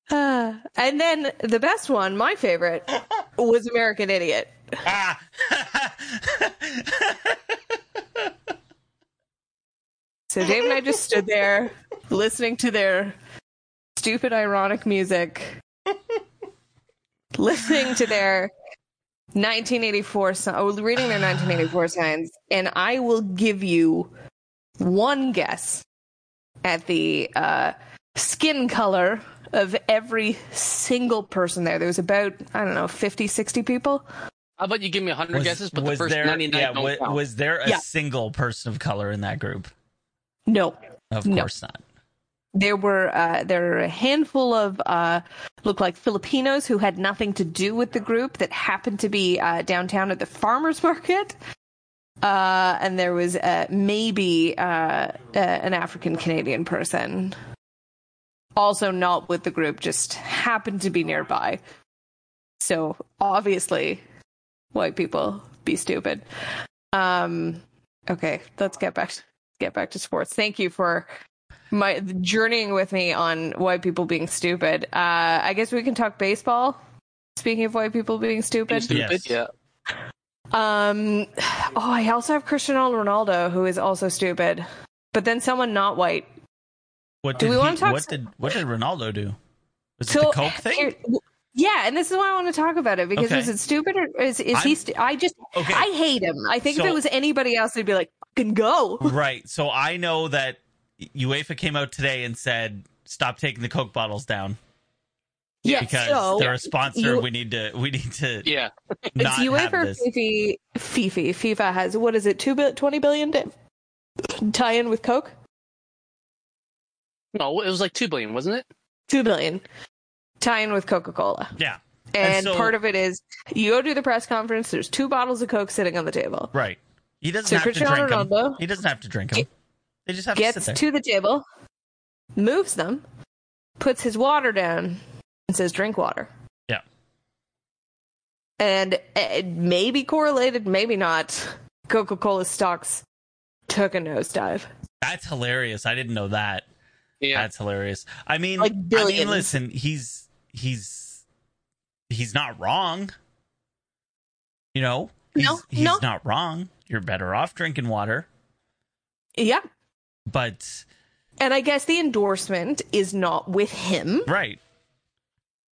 uh, and then the best one, my favorite, was American Idiot. Ah. So Dave and I just stood there listening to their stupid ironic music, listening to their 1984 si- oh, reading their 1984 signs, and I will give you one guess at the uh, skin color of every single person there. There was about I don't know 50, 60 people. How about you give me 100 guesses, but the first there, 99 yeah, don't wa- count. was there a Yeah. single person of color in that group? No, Of No. course not. there were uh, there were a handful of uh, look like Filipinos who had nothing to do with the group that happened to be uh, downtown at the farmers market, uh, and there was uh, maybe uh, uh, an African Canadian person, also not with the group, just happened to be nearby. So obviously, white people be stupid. Um, okay, let's get back get back to sports. Thank you for my journeying with me on white people being stupid. Uh, I guess we can talk baseball. Speaking of white people being Being stupid, stupid? Yes. Yeah. um, oh, I also have Cristiano Ronaldo, who is also stupid, but then someone not white. What Do did we wanna he- talk what some- did what did Ronaldo do? Was it the coke thing? eh, here- yeah, and this is why I want to talk about it because Okay. is it stupid or is is I'm- he? Stu- I just Okay. I hate him. I think So- if it was anybody else, they'd be like, "Fucking go." right. So I know that UEFA came out today and said stop taking the coke bottles down Yeah, because so they're a sponsor. you- we need to we need to Yeah. not it's UEFA have or this. FIFA, FIFA, FIFA has what is it? Two bi- 20 billion to tie in with Coke. No, it was like 2 billion, wasn't it? Two billion tie in with Coca Cola, Yeah. and, so- part of it is you go to the press conference. There's two bottles of Coke sitting on the table. Right. He doesn't So have to Cristiano drink them. Ronaldo He doesn't have to drink them. They just have to gets sit there. to the table, moves them, puts his water down, and says, "Drink water." Yeah. And it may be correlated, maybe not. Coca Cola stocks took a nosedive. That's hilarious. I didn't know that. Yeah. That's hilarious. I mean, Like I billions. mean, listen, he's he's he's not wrong. You know, No, he's, he's no. not wrong. You're better off drinking water, Yeah. but And I guess the endorsement is not with him. right.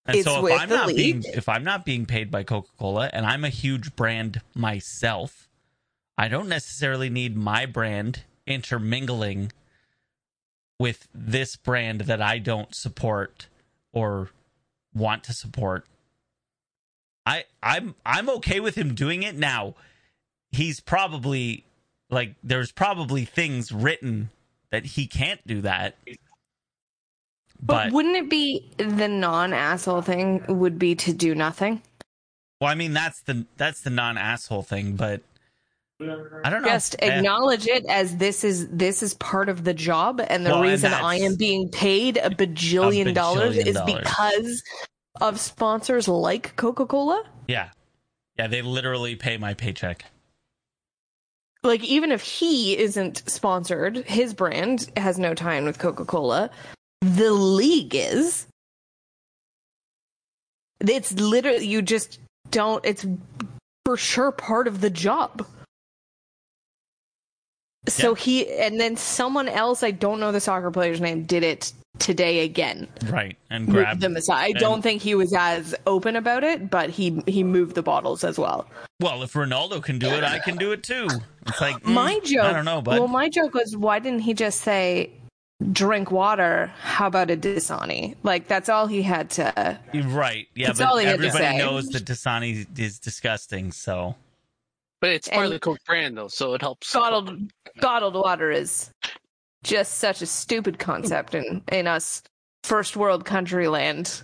And It's so if with I'm the not being league. if I'm not being paid by Coca-Cola and I'm a huge brand myself, I don't necessarily need my brand intermingling with this brand that I don't support or want to support. I I'm I'm okay with him doing it now. He's probably like there's probably things written that he can't do that. But, wouldn't it be the non asshole thing would be to do nothing? Well, I mean that's the that's the non asshole thing, but I don't know. Just Eh, acknowledge it as this is this is part of the job and the Well, and reason that's- I am being paid a bajillion, bajillion dollars is dollars. because of sponsors like Coca-Cola. yeah, yeah. They literally pay my paycheck. Like even if he isn't sponsored, his brand has no tie in with Coca-Cola. The league is. It's literally you just don't it's for sure part of the job. So Yeah. he and then someone else, I don't know the soccer player's name, did it today again. Right, and Moved grab them aside. I and- don't think he was as open about it, but he he moved the bottles as well. Well, if Ronaldo can do it, I can do it too. It's like mm, my joke. I don't know, but well, my joke was why didn't he just say drink water? How about a Dasani? Like that's all he had to. right, yeah. That's But all he had to everybody say. knows that Dasani is disgusting. So But it's part of And- the Coke brand, though, so it helps. Bottled bottled water is just such a stupid concept in in us first world country land.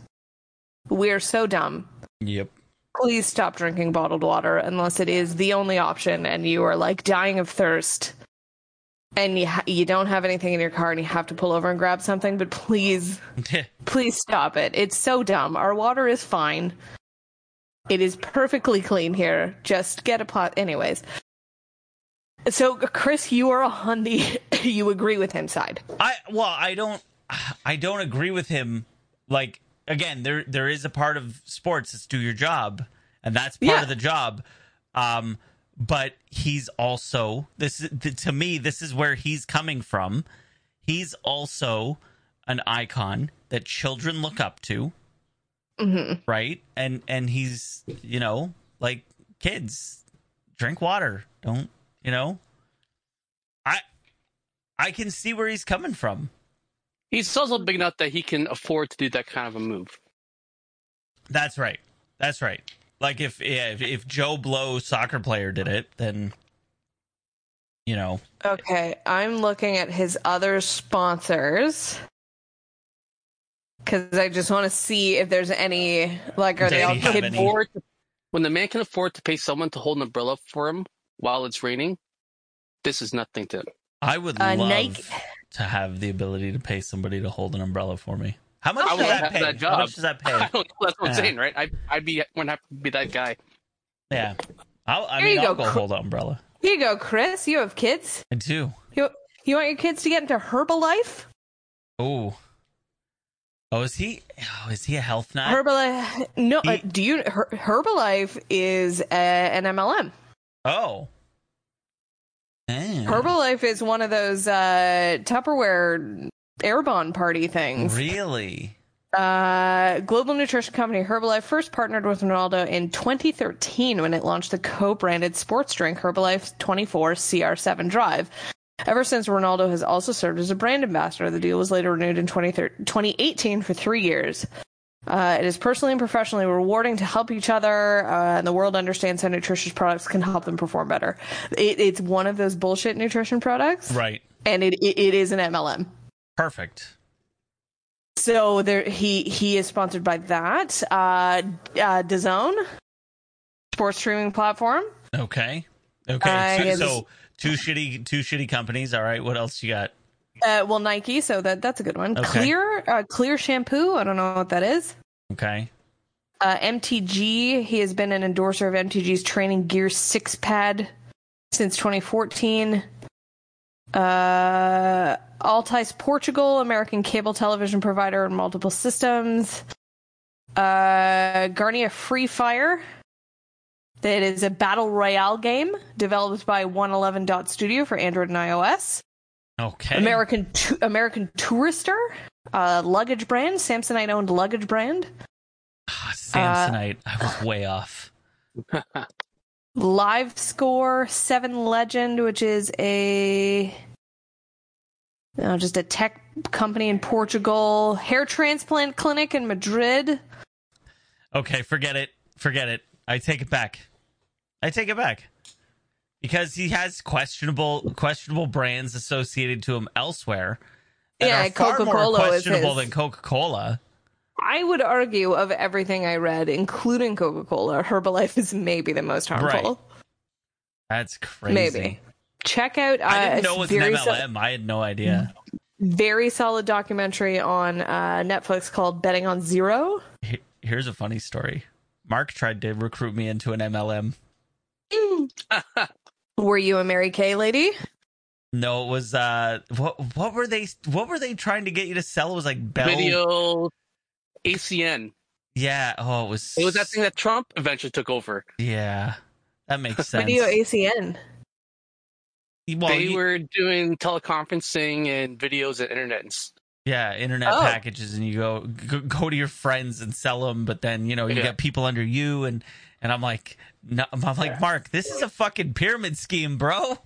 We're so dumb. yep, Please stop drinking bottled water unless it is the only option and you are like dying of thirst and you ha- you don't have anything in your car and you have to pull over and grab something, but please please stop it. It's so dumb. Our water is fine. It is perfectly clean here. Just get a plot. Anyways. So, Chris, you are on the you agree with him side. I well, I don't I don't agree with him. Like again, there there is a part of sports that's do your job, and that's part Yeah. of the job. Um, but he's also this is- th- to me. This is where he's coming from. He's also an icon that children look up to, Mm-hmm. right? And and he's you know like kids drink water. Don't you know? I I can see where he's coming from. He's also big enough that he can afford to do that kind of a move. That's right. That's right. Like if yeah, if, if Joe Blow soccer player did it, then you know Okay, I'm looking at his other sponsors because I just want to see if there's any like are they Did all he have kid any- afford to- when the man can afford to pay someone to hold an umbrella for him while it's raining, this is nothing to him. I would Uh, love Nike- to have the ability to pay somebody to hold an umbrella for me. How much I does would that have pay? that How job. much does that I pay? don't, that's what Yeah. I'm saying, right? I, I'd be one happy to be that guy. Yeah, I'll, I There mean you I'll go, go Cr- hold an umbrella. Here you go, Chris. You have kids. I do. You you want your kids to get into Herbalife? Oh, oh, is he? Oh, is he a health nut? Herbalife. No, uh, He- do you Her, Herbalife is uh, an MLM. oh. Damn. Herbalife is one of those uh, Tupperware Airbon party things. Really? Uh, global nutrition company Herbalife first partnered with Ronaldo in 2013 when it launched the co-branded sports drink Herbalife 24 CR7 Drive. Ever since, Ronaldo has also served as a brand ambassador. The deal was later renewed in 2013 2018 for three years. Uh, it is personally and professionally rewarding to help each other, uh, and the world understands how nutritious products can help them perform better. It, it's one of those bullshit nutrition products, Right. and it, it, it is an MLM. Perfect. So there, he he is sponsored by that uh, uh DAZN sports streaming platform. Okay. Okay. Uh, so, yeah, so two shitty two shitty companies. All right. What else you got? Uh, well, Nike, so that that's a good one. Okay. Clear, uh, Clear shampoo. I don't know what that is. Okay. Uh, MTG. He has been an endorser of MTG's Training Gear Six Pad since 2014. Uh, Altice Portugal, American cable television provider in multiple systems. Uh, Garnia Free Fire. That is a battle royale game developed by 111.studio for Android and iOS. Okay. American tu- American Tourister, uh, luggage brand, Samsonite owned luggage brand. Ah, Samsonite. uh, I was way off. Live Score, Seven Legend, which is a uh, just a tech company in Portugal, hair transplant clinic in Madrid. Okay. Forget it. Forget it. I take it back. I take it back because he has questionable questionable brands associated to him elsewhere. that Yeah, are far more Coca-Cola is questionable his. than Coca Cola. I would argue of everything I read, including Coca Cola, Herbalife is maybe the most harmful. That's crazy. Maybe. Check out. Uh, I didn't know a it was an very MLM. so- I had no idea. very solid documentary on uh, Netflix called "Betting on Zero. He- Here's a funny story. Mark tried to recruit me into an MLM. Were you a Mary Kay lady? No, it was uh what what were they what were they trying to get you to sell? It was like Bell Video ACN. Yeah, oh it was It was that thing that Trump eventually took over. Yeah. That makes sense. Video ACN. well, they you- were doing teleconferencing and videos and internet. And s- yeah, internet Oh. packages and you go, go go to your friends and sell them, but then, you know, you Yeah. got people under you and and I'm like no, I'm like Mark, this is a fucking pyramid scheme, bro.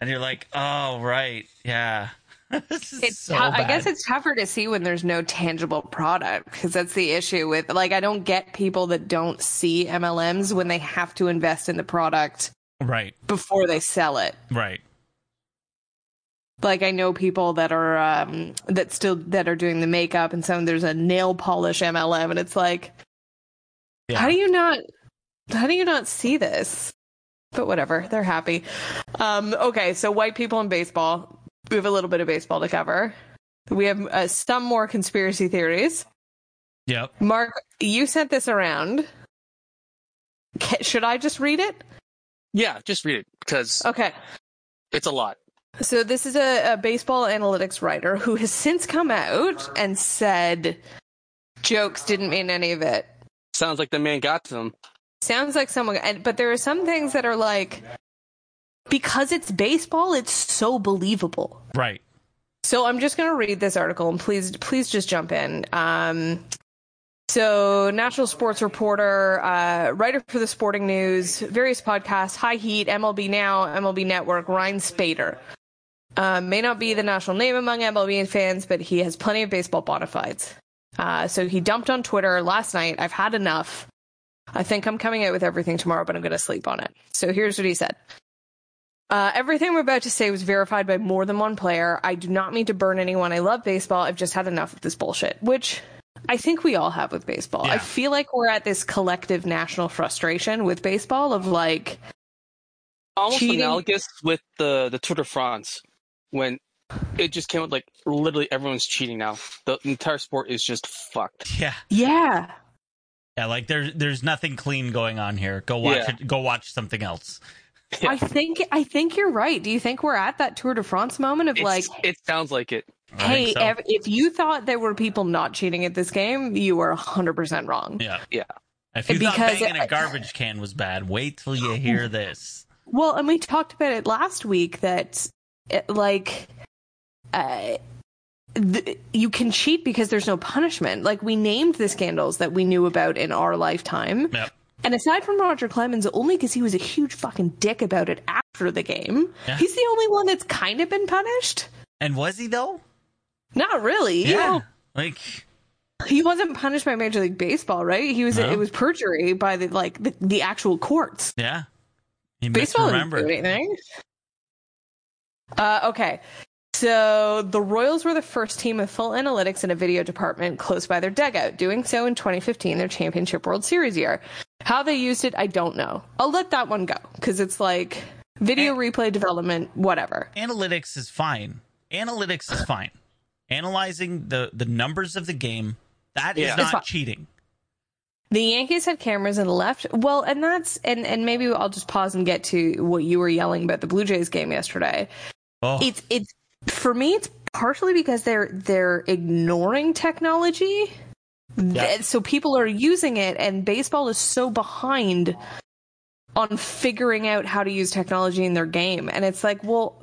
And you're like, "Oh, right. Yeah." this is it's so tou- I guess bad. it's tougher to see when there's no tangible product because that's the issue with like I don't get people that don't see MLMs when they have to invest in the product right. before they sell it. Right. Like I know people that are um that still that are doing the makeup and so there's a nail polish MLM and it's like Yeah. how do you not how do you not see this? but whatever, they're happy. Um, okay, so white people and baseball. We have a little bit of baseball to cover. We have uh, some more conspiracy theories. Yep. Mark, you sent this around. Ca should I just read it? Yeah, just read it because Oh. Okay. it's a lot. So this is a, a baseball analytics writer who has since come out and said jokes didn't mean any of it. Sounds like the man got to them. Sounds like someone, and, but there are some things that are like because it's baseball, it's so believable. Right. So I'm just going to read this article and please, please just jump in. Um, so, national sports reporter, uh, writer for the Sporting News, various podcasts, High Heat, MLB Now, MLB Network, Ryan Spader. Uh, may not be the national name among MLB fans, but he has plenty of baseball bonafides. Uh, so he dumped on Twitter last night. I've had enough. I think I'm coming out with everything tomorrow, but I'm going to sleep on it. So here's what he said. Uh, everything we're about to say was verified by more than one player. I do not mean to burn anyone. I love baseball. I've just had enough of this bullshit, which I think we all have with baseball. Yeah. I feel like we're at this collective national frustration with baseball of like, Almost Cheating. analogous with the the Tour de France when it just came out like literally everyone's cheating now. The entire sport is just fucked. Yeah. yeah, Yeah. Like there's there's nothing clean going on here. Go watch Yeah. it. Go watch something else. Yeah. I think I think you're right. Do you think we're at that Tour de France moment of It's- like, it sounds like it. I think hey, so. ev- if you thought there were people not cheating at this game, you were 100% wrong. yeah. Yeah. If you thought Because- banging a garbage can was bad, wait till you hear this. Well, and we talked about it last week that, it, like, uh, th- you can cheat because there's no punishment. Like, we named the scandals that we knew about in our lifetime. Yep. And aside from Roger Clemens, only because he was a huge fucking dick about it after the game, Yeah. he's the only one that's kind of been punished. And was he though? Not really. Like He wasn't punished by Major League Baseball, right? He was No. it was perjury by the like the, the actual courts. yeah. He Baseball didn't do misremembered. anything. Uh, okay. So the Royals were the first team with full analytics and a video department close by their dugout, doing so in 2015, their championship World Series year. How they used it, I don't know. I'll let that one go because it's like video replay development, whatever. analytics is fine. Analytics is fine. Analyzing the the numbers of the game that is Yeah. It's fine. not cheating. The Yankees had cameras and left. Well, and that's and and maybe I'll just pause and get to what you were yelling about the Blue Jays game yesterday. Oh, it's it's for me it's partially because they're they're ignoring technology Th- so people are using it and baseball is so behind on figuring out how to use technology in their game and it's like well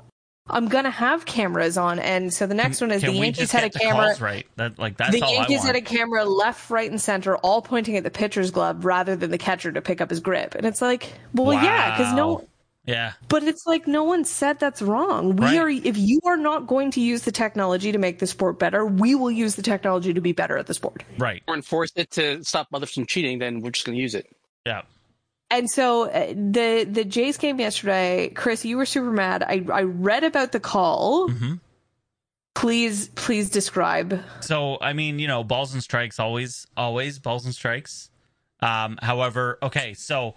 i'm gonna have cameras on and so the next one is can the we yankees just had get a the camera calls right? That like that's the all Yankees I had want. a camera left, right, and center, all pointing at the pitcher's glove rather than the catcher to pick up his grip. And it's like, well, yeah, because no, Wow. yeah. but it's like no one said that's wrong. We Right. are if you are not going to use the technology to make the sport better, we will use the technology to be better at the sport. Right. Or enforce it to stop others from cheating, then we're just gonna use it. Yeah. And so uh, the the Jays game yesterday, Chris, you were super mad. I I read about the call. Mhm. Please please describe. So I mean, you know, balls and strikes always, always balls and strikes. Um, however, okay, so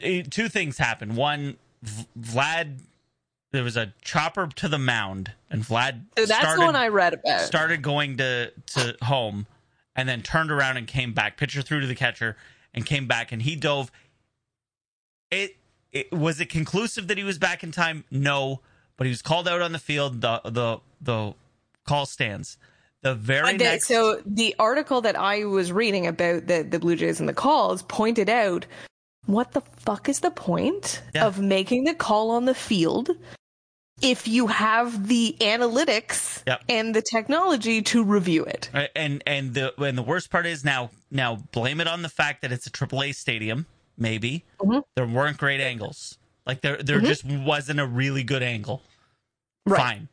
eh, two things happened. One, v- Vlad, there was a chopper to the mound, and Vlad So that's started, the one I read about. started going to to home, and then turned around and came back. Pitcher threw to the catcher and came back, and he dove. It, it was it conclusive that he was back in time. No, but he was called out on the field. The the the call stands. The very But Uh, the- next so the article that I was reading about the the Blue Jays and the calls pointed out what the fuck is the point Yeah. of making the call on the field if you have the analytics Yep. and the technology to review it. Uh, and and the and the worst part is now now blame it on the fact that it's a AAA stadium. Maybe Mhm. there weren't great angles. Like there there Mhm. just wasn't a really good angle. Fine,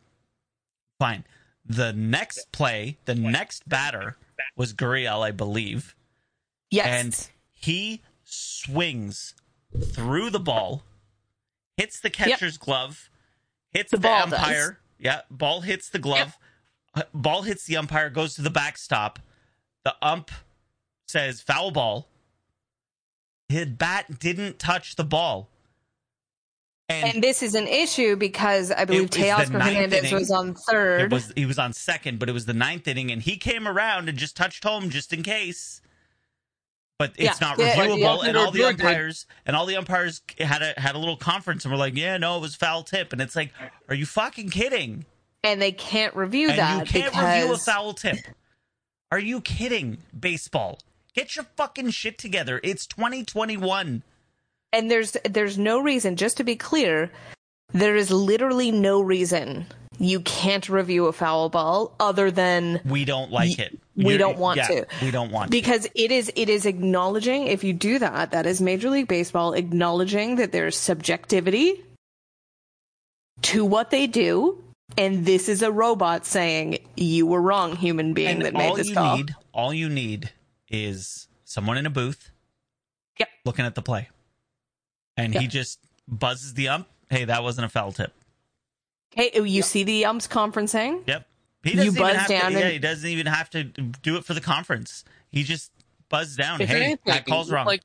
fine. The next play, the next batter was Gurriel, I believe, Yes. and he swings through the ball, hits the catcher's glove, hits the, The ball does. umpire. Yeah, ball hits the glove. Uh, Ball hits the umpire, goes to the backstop. The ump says foul ball. His bat didn't touch the ball. And, And this is an issue because I believe was the Teoscar ninth Hernandez inning. was on it third. was he was on second, but it was the ninth inning, and he came around and just touched home just in case. But it's Yeah. not Yeah, yeah, reviewable, yeah. and all the Yeah. umpires and all the umpires had a had a little conference and were like, "Yeah, no, it was foul tip," and it's like, "Are you fucking kidding?" and they can't review And that you can't because review a foul tip. Are you kidding? Baseball, get your fucking shit together. It's 2021. and there's there's no reason just to be clear there is literally no reason you can't review a foul ball other than We don't like it. we You're- don't want yeah, to. We don't want to. because it is it is acknowledging if you do that that is major league baseball acknowledging that there's subjectivity to what they do and this is a robot saying you were wrong human being And that all made this you call need, all you need is someone in a booth. Yep. Looking at the play, and he just buzzes the ump. Hey, that wasn't a foul tip. hey you see the umps conferencing Yep. He You doesn't even buzz have down to, yeah, and- he doesn't even have to do it for the conference. He just buzzed down. If hey, anything, that call's wrong. Like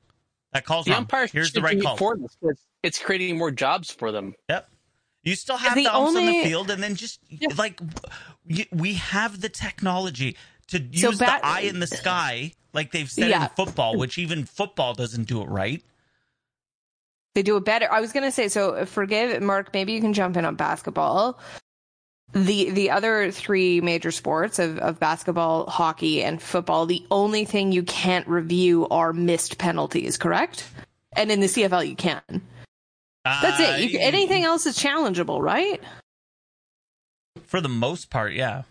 that call's the wrong. umpires Here's the should right be call. for this 'cause it's creating more jobs for them. Yep. You still have the, The umps on the only- field, and then just like y- we have the technology to use So the bat- eye in the sky, like they've said Yeah. in football, which even football doesn't do it right. They do it better. I was gonna say, so uh, forgive Mark, maybe you can jump in on basketball. The the other three major sports of, of basketball, hockey, and football, the only thing you can't review are missed penalties, correct? And in the CFL you can. That's it. You, Uh, can- anything else is challengeable, right? for the most part, yeah.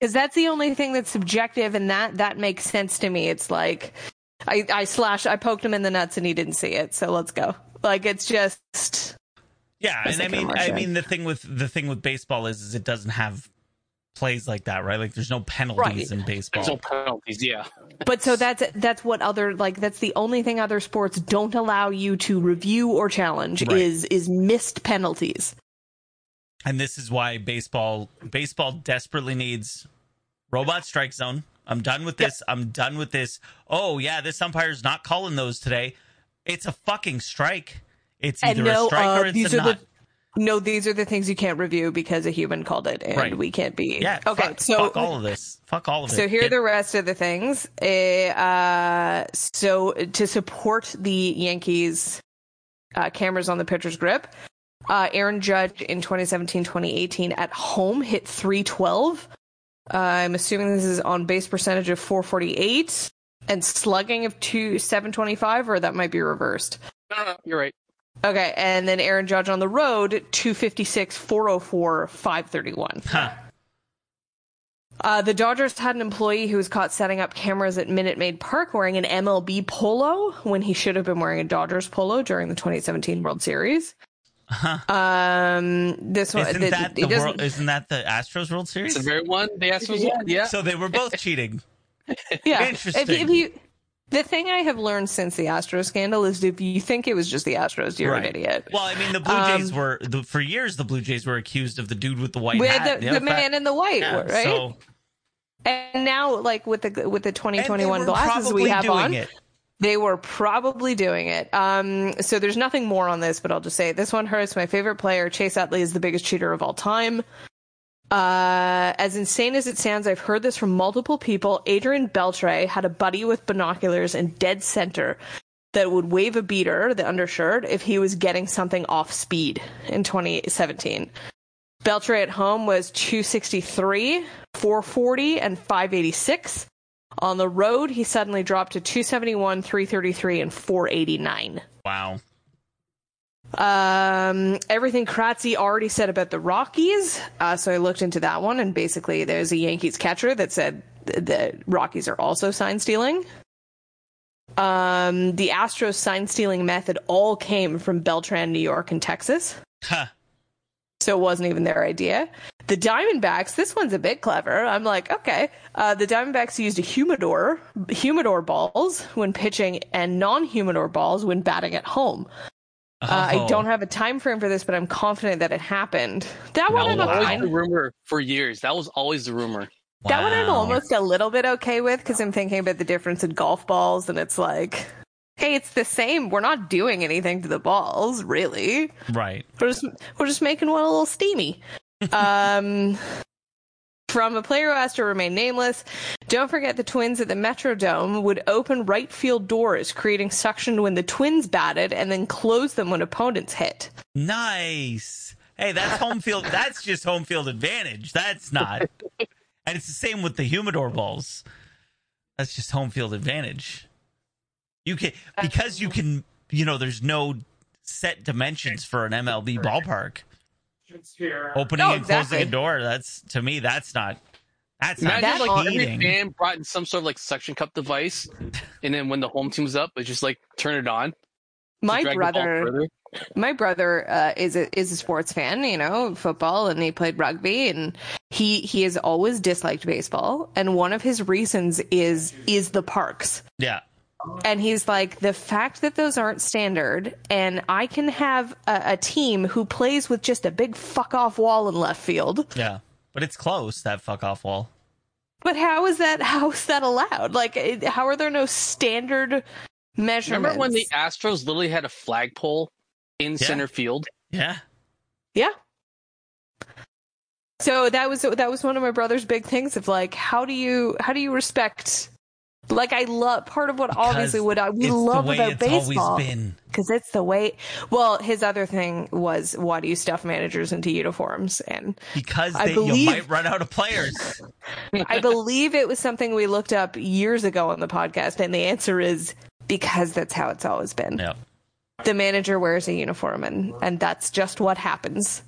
Because that's the only thing that's subjective and that that makes sense to me. It's like I, I slash I poked him in the nuts and he didn't see it, so let's go. Like it's just Yeah, That's and I like a mean, I Martian. mean, the thing with the thing with baseball is, is it doesn't have plays like that, right? Like, there's no penalties in baseball. There's no penalties. Yeah. But so that's that's what other like that's the only thing other sports don't allow you to review or challenge Right. is is missed penalties. and this is why baseball baseball desperately needs robot strike zone. I'm done with this. I'm done with this. Oh yeah, this umpire's not calling those today. It's a fucking strike. It's And either no, a strike uh, or it's these a are not. the no, these are the things you can't review because a human called it and Right. we can't be yeah. Okay, Fuck, so fuck all of this. Fuck all of it. So here are Get- the rest of the things. Eh, Uh, so to support the Yankees, uh, cameras on the pitcher's grip. Uh, Aaron Judge in 2017-2018 at home hit 312. Uh, I'm assuming this is on base percentage of 448 and slugging of two 725, or that might be reversed. No, no, no, Uh, you're right. Okay, and then Aaron Judge on the road 256, 404, 531. Huh. Uh, the Dodgers had an employee who was caught setting up cameras at Minute Maid Park wearing an MLB polo when he should have been wearing a Dodgers polo during the 2017 World Series. Huh. Um, this one, Uh-huh. Isn't th- that it the doesn't- world? Isn't that the Astros World It's Series? the very one they asked was yeah. yeah. so they were both cheating. yeah. Interesting. If, you- if you, the thing I have learned since the Astros scandal is if you think it was just the Astros, you're an idiot. Um, Well, I mean, the Blue Jays were the, for years. The Blue Jays were accused of the dude with the white With hat. the, Yeah, the fa- man in the white, yeah, right? So, and now, like with the with the and they 2021 were glasses we probably have doing on, it. They were probably doing it. Um, so there's nothing more on this, but I'll just say this one hurts. My favorite player, Chase Utley, is the biggest cheater of all time. Uh, as insane as it sounds, I've heard this from multiple people. Adrian Beltre had a buddy with binoculars in dead center that would wave a beater, the undershirt, if he was getting something off speed in 2017. Beltre at home was 263, 440, and 586. On the road, he suddenly dropped to 271, 333, and 489. Wow. Um, everything Kratzy already said about the Rockies. Uh, so I looked into that one, and basically, there's a Yankees catcher that said th- the Rockies are also sign stealing. Um, the Astros sign stealing method all came from Beltran, New York, and Texas. Huh. So it wasn't even their idea. The Diamondbacks, this one's a bit clever. I'm like, okay. Uh, the Diamondbacks used a humidor, humidor balls when pitching and non-humidor balls when batting at home. Uh, Oh. I don't have a time frame for this, but I'm confident that it happened. That one That I'm was always fine. the rumor for years. That was always the rumor. That one I'm Wow. almost a little bit okay with because I'm thinking about the difference in golf balls, and it's like, hey, it's the same. We're not doing anything to the balls, really. Right. We're just we're just making one a little steamy. um, from a player who has to remain nameless. Don't forget the twins at the Metrodome would open right field doors, creating suction when the twins batted, and then close them when opponents hit. Nice. Hey, that's home field. That's just home field advantage. That's not. And it's the same with the humidor balls. That's just home field advantage. You can because you can. You know, there's no set dimensions for an MLB ballpark. Opening No, and exactly. closing a door. That's to me. That's not. That's not Imagine That like every cheating. fan brought in some sort of like suction cup device, and then when the home team's up, it's just like turn it on. to My drag the ball brother. further. my brother uh, is a is a sports fan, you know, football, and he played rugby, and he he has always disliked baseball, and one of his reasons is is the parks, Yeah. and he's like the fact that those aren't standard, and I can have a, a team who plays with just a big fuck off wall in left field, Yeah. But it's close. That fuck off wall. but how is that how is that allowed? Like, it- how are there no standard measurements? Remember when the Astros literally had a flagpole in center field? Yeah. Yeah. So that was that was one of my brother's big things of like how do you how do you respect like I love part of what obviously Because what I we it's love the way about it's baseball always been. because it's the way well his other thing was why do you stuff managers into uniforms and Because I they, you believe- might run out of players. I believe it was something we looked up years ago on the podcast and the answer is because that's how it's always been yeah. the manager wears a uniform and and that's just what happens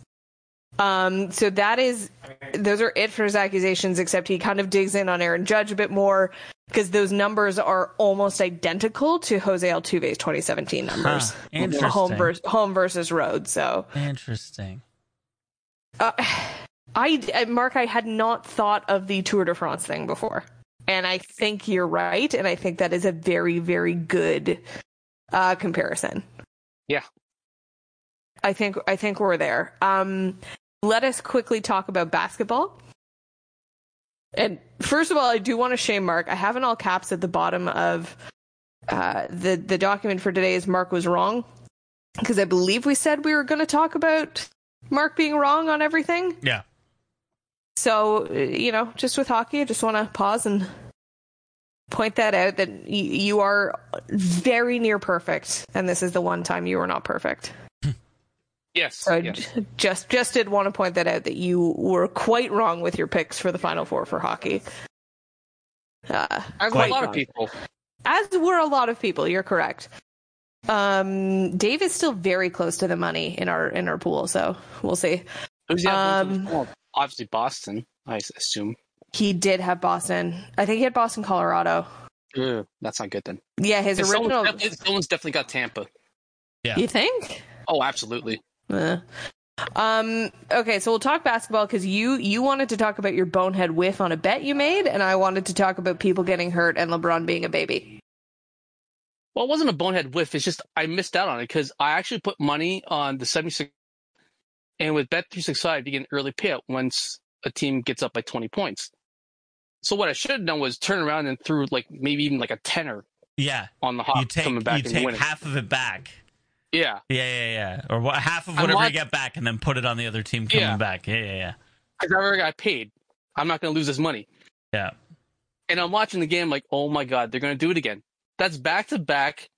um so that is those are it for his accusations except he kind of digs in on Aaron Judge a bit more because those numbers are almost identical to Jose Altuve's 2017 numbers Huh, home interesting. versus home versus road so Interesting. uh, I uh, Mark I had not thought of the Tour de France thing before and I think you're right and I think that is a very very good uh comparison Yeah. I think I think we're there. Um, let us quickly talk about basketball. And first of all, I do want to shame Mark. I have in all caps at the bottom of uh, the the document for today is Mark was wrong because I believe we said we were going to talk about Mark being wrong on everything. Yeah. So uh, you know, just with hockey, I just want to pause and point that out that y- you are very near perfect, and this is the one time you were not perfect. Yes. So I yes. j- just just did want to point that out that you were quite wrong with your picks for the final four for hockey. Uh, As a Quite lot of wrong. people. as were a lot of people. You're correct. Um, Dave is still very close to the money in our in our pool, so we'll see. Who's the other ones? Um, Well, obviously Boston, I s- assume. He did have Boston. I think he had Boston, Colorado. Ugh, that's not good then. Yeah, his And someone's original. definitely- someone's definitely got Tampa. Yeah. You think? Oh, absolutely. Eh. Um. Okay, so we'll talk basketball because you you wanted to talk about your bonehead whiff on a bet you made, and I wanted to talk about people getting hurt and LeBron being a baby. Well, it wasn't a bonehead whiff. It's just I missed out on it because I actually put money on the 76. And with Bet365, you get an early payout once a team gets up by 20 points. So what I should have done was turn around and threw like maybe even like a tenner Yeah. on the You hop take coming back you and take winning. half of it back. yeah. Yeah, yeah, yeah. Or what, half of I'm whatever you not- get back, and then put it on the other team coming Yeah. back. Yeah, yeah, yeah, Because I already got paid. I'm not going to lose this money. yeah. and I'm watching the game like, oh my God, they're going to do it again. That's back to back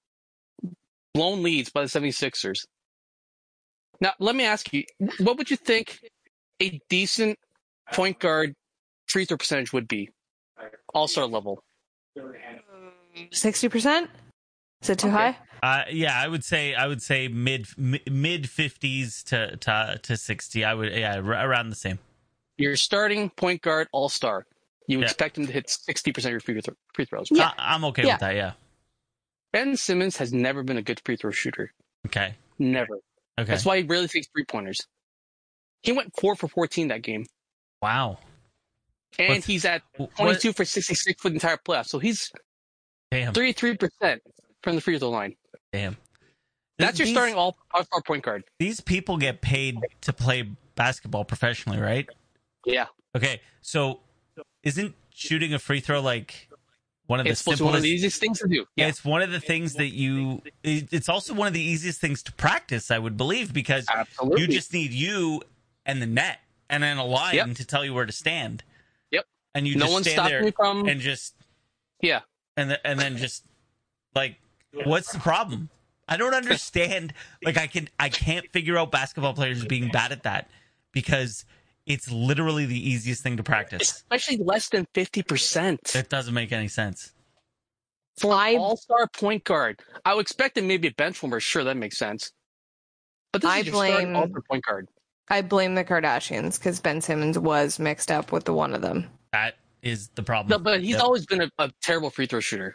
blown leads by the 76ers. Now, let me ask you, what would you think a decent point guard free throw percentage would be? All star level. Sixty percent. Is it too Okay. high? Uh, yeah, I would say I would say mid mi- mid fifties to, to to sixty. I would yeah r- around the same. Your starting point guard all star. You Yeah. expect him to hit 60% of your free, throw, free throws. Yeah. I, I'm okay Yeah. with that. Yeah. Ben Simmons has never been a good free throw shooter. Okay. Never. Okay. That's why he rarely takes three pointers. He went four for 14 that game. wow. And What's- he's at What- 22 for 66 for the entire playoff. So he's Damn. 33% from the free throw line. Damn. That's your These- starting all all-star point guard. These people get paid to play basketball professionally, right? Yeah. Okay, so isn't shooting a free throw like One of the It's supposed to be one of the simplest. easiest things to do. Yeah, it's one of the things that you. it- It's also one of the easiest things to practice, I would believe, because absolutely. you just need you and the net and then a line Yep. to tell you where to stand. Yep. And you no just one's stand stopping there you from. and just yeah, and the, and then just like what's the problem i don't understand like i can i can't figure out basketball players being bad at that because it's literally the easiest thing to practice especially less than fifty percent it doesn't make any sense for I- an all-star point guard. I would expect him maybe a bench warmer. Sure, that makes sense. But this I is your starting blame- all-star point guard. Mm-hmm. I blame the Kardashians because Ben Simmons was mixed up with the one of them. that is the No, problem but he's Yep. always been a, a terrible free throw shooter.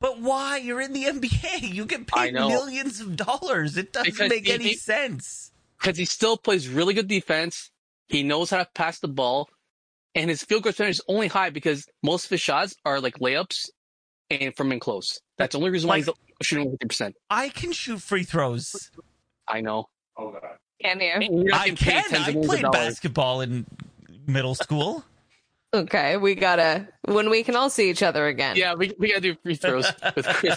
but why you're in the nba you get I paid know. millions of dollars it doesn't Because make he- any he- sense because he still plays really good defense. He knows how to pass the ball, and his field goal percentage is only high because most of his shots are like layups and from in close. That's the only reason why he's shooting fifty percent. i can shoot free throws I know. Can you? And you're not i getting paid can tens of i millions of played dollars. basketball in middle school Okay, we gotta when we can all see each other again. Yeah, we, we gotta do free throws with Chris.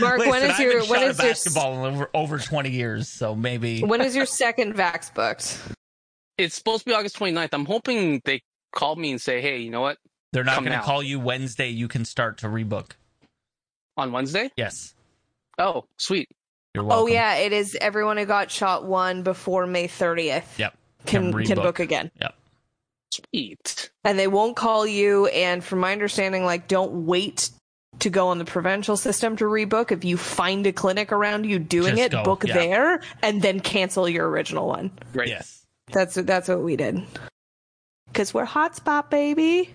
Mark, when Listen, is I your- haven't when shot is a your- basketball in over, over 20 years, so maybe When is your second Vax booked? it's supposed to be August 29th. I'm hoping they call me and say, "Hey, you know what? they're not come going to now. call you Wednesday. You can start to rebook. On Wednesday? Yes, Oh, sweet. you're Oh welcome. yeah, it is everyone who got shot one before May thirtieth Yep. can Can can rebook. book again. Sweet. and they won't call you and from my understanding like don't wait to go on the provincial system to rebook if you find a clinic around you doing Just it go, book yeah. there and then cancel your original one Right. Yes. that's that's what we did because we're hotspot baby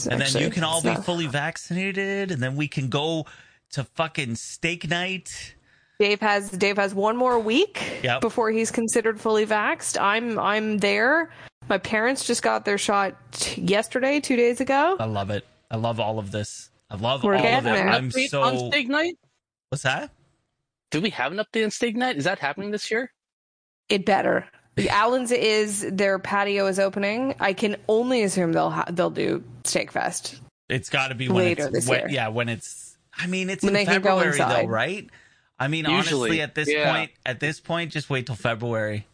It's And actually- then you can all it's be not- fully vaccinated, and then we can go to fucking steak night. Dave has Dave has one more week Yep. before he's considered fully vaxxed. I'm I'm there. My parents just got their shot t- yesterday, two days ago. I love it. I love all of this. I love We're all of it. getting there. I'm Update on so. Steak Night? What's that? Do we have an update on Steak Night? Is that happening this year? It better. The Allen's is their patio is opening. I can only assume they'll ha- they'll do Steak Fest. It's got to be when Later it's, this when, year. Yeah, when it's. I mean, it's When in they can go February though, inside. right? I mean, honestly, Usually, at this yeah. point, at this point, just wait till February.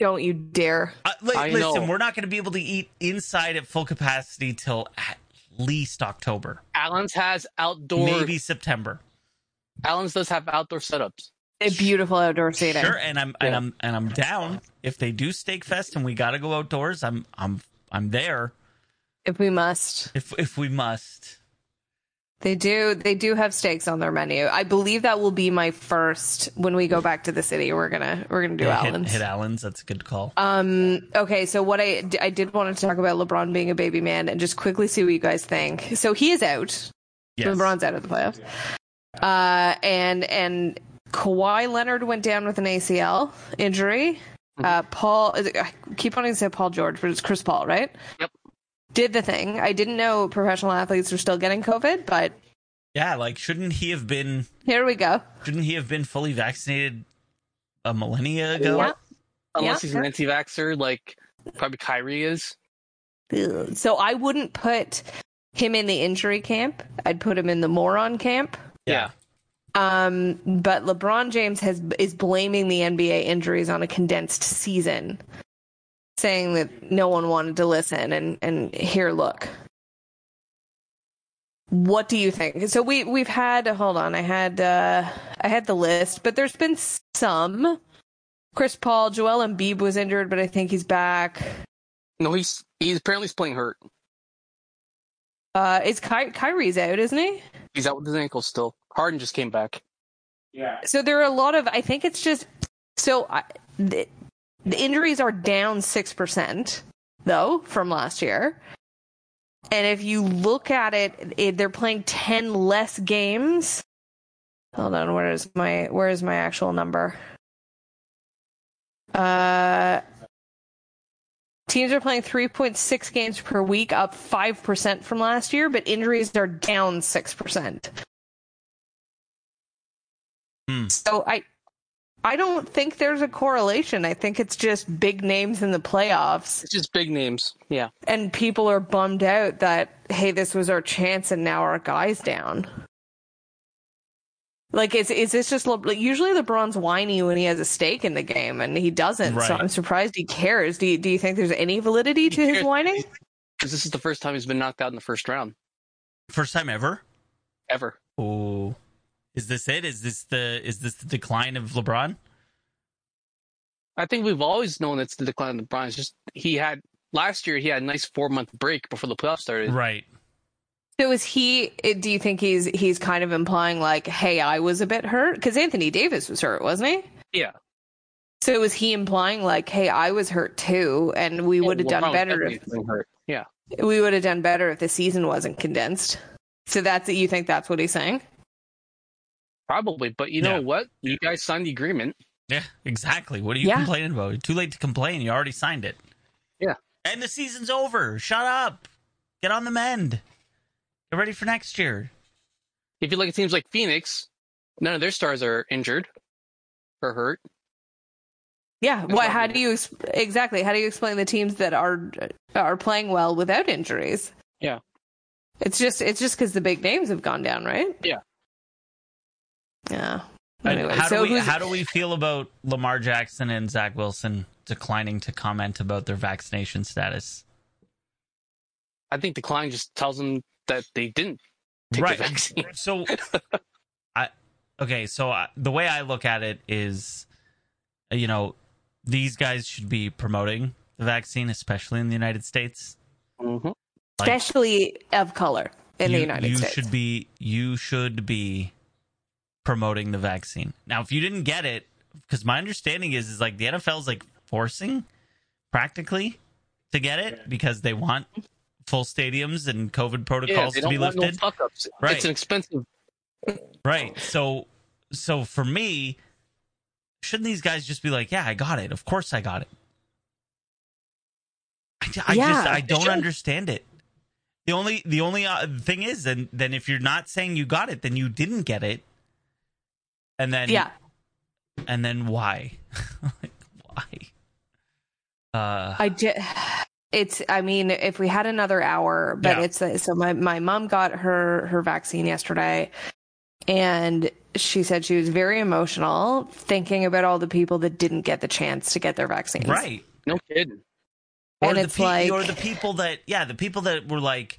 Don't you dare! Uh, li- I listen, know. we're not going to be able to eat inside at full capacity till at least October, Allen's has outdoor. maybe September. Allen's does have outdoor setups. A beautiful outdoor seating. Sure, and I'm and Yeah. I'm and I'm down if they do Steak Fest and we got to go outdoors. I'm I'm I'm there If we must, if if we must. they do. They do have steaks on their menu. I believe that will be my first when we go back to the city. We're gonna we're gonna do Yeah, hit, Allen's. hit Allen's. That's a good call. Um, okay, so what I, I did want to talk about LeBron being a baby man and just quickly see what you guys think. So he is out. yes. LeBron's out of the playoffs. Uh, and and Kawhi Leonard went down with an ACL injury. Uh, Paul, is it- I keep wanting to say Paul George, but it's Chris Paul, right? Yep. Did the thing. I didn't know professional athletes were still getting COVID, but Yeah, like shouldn't he have been? here we go. Shouldn't he have been fully vaccinated a millennia ago? Yeah. Unless Yeah. he's an anti-vaxxer, like probably Kyrie is. Ugh. So I wouldn't put him in the injury camp. I'd put him in the moron camp. Yeah. Um, but LeBron James has is blaming the NBA injuries on a condensed season, saying that no one wanted to listen. And and here, look, what do you think? So we we've had hold on, I had uh, I had the list, but there's been some. Chris Paul, Joel Embiid was injured, but I think he's back. No, he's he's apparently he's playing hurt. Uh, is Ky- Kyrie's out, isn't he? He's out with his ankle still. Harden just came back. So there are a lot of. I think it's just so I, the, the injuries are down six percent though from last year. And if you look at it, it, they're playing ten less games. Hold on, where is my where is my actual number? Uh, teams are playing three point six games per week, up five percent from last year, but injuries are down six percent. Hmm. So I I don't think there's a correlation. I think it's just big names in the playoffs, It's just big names. Yeah. and people are bummed out that hey, this was our chance, and now our guys down. Like, is is this just Le- like, usually LeBron's whiny when he has a stake in the game, and he doesn't. So Right. I'm surprised he cares. Do you, do you think there's any validity to his cares. whining? Because this is the first time he's been knocked out in the first round First time ever. ever. Oh, is this it? Is this the is this the decline of LeBron? I think we've always known it's the decline of LeBron. It's just he had last year he had a nice four month break before the playoffs started. Right. So is he? eh, Do you think he's he's kind of implying like, "Hey, I was a bit hurt" because Anthony Davis was hurt, wasn't he? Yeah. So was he implying like, "Hey, I was hurt too, and we would have LeBron done was better if definitely getting hurt. Yeah. we would have done better if the season wasn't condensed"? So that's you think that's what he's saying? Probably. But you know Yeah. what? You guys signed the agreement. Yeah. Exactly. What are you Yeah. complaining about? You're too late to complain. You already signed it. Yeah. And the season's over. Shut up. Get on the mend. Get ready for next year. If you look at teams like Phoenix, none of their stars are injured or hurt. Yeah. What? Exactly. How do you ex- exactly? How do you explain the teams that are are playing well without injuries? Yeah. It's just it's just because the big names have gone down, right? Yeah. Yeah. And Anyway, how do so we who's- how do we feel about Lamar Jackson and Zach Wilson declining to comment about their vaccination status? I think decline just tells them that they didn't take Right. the vaccine. So, I okay. So I, the way I look at it is, you know, these guys should be promoting the vaccine, especially in the United States. Mhm. Like, especially of color in you, the United you States. should be you should be promoting the vaccine. Now, if you didn't get it, because my understanding is is like the NFL's like forcing practically to get it because they want full stadiums and COVID Yeah, protocols they to be don't want lifted. no fuck ups. Right. It's an expensive. Right. So so for me, shouldn't these guys just be like, yeah, I got it. Of course I got it. I, ju- I Yeah, just I they don't should. understand it. The only the only uh, thing is then then if you're not saying you got it, then you didn't get it. And then yeah. and then why? like why? Uh I did. It's. I mean, if we had another hour, but Yeah. it's uh, so my my mom got her her vaccine yesterday, and she said she was very emotional thinking about all the people that didn't get the chance to get their vaccines. right. No kidding. or And the it's pe- like- or the people that yeah the people that were like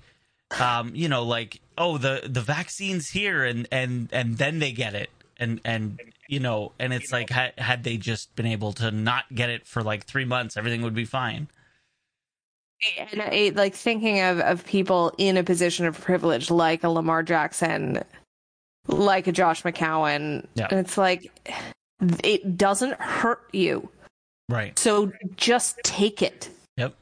um you know like oh the the vaccine's here and and and then they get it and and you know and it's like had, had they just been able to not get it for like three months everything would be fine And I, like thinking of of people in a position of privilege, like a Lamar Jackson, like a Josh McCowan. Yeah. And it's like it doesn't hurt you, right so just take it. yep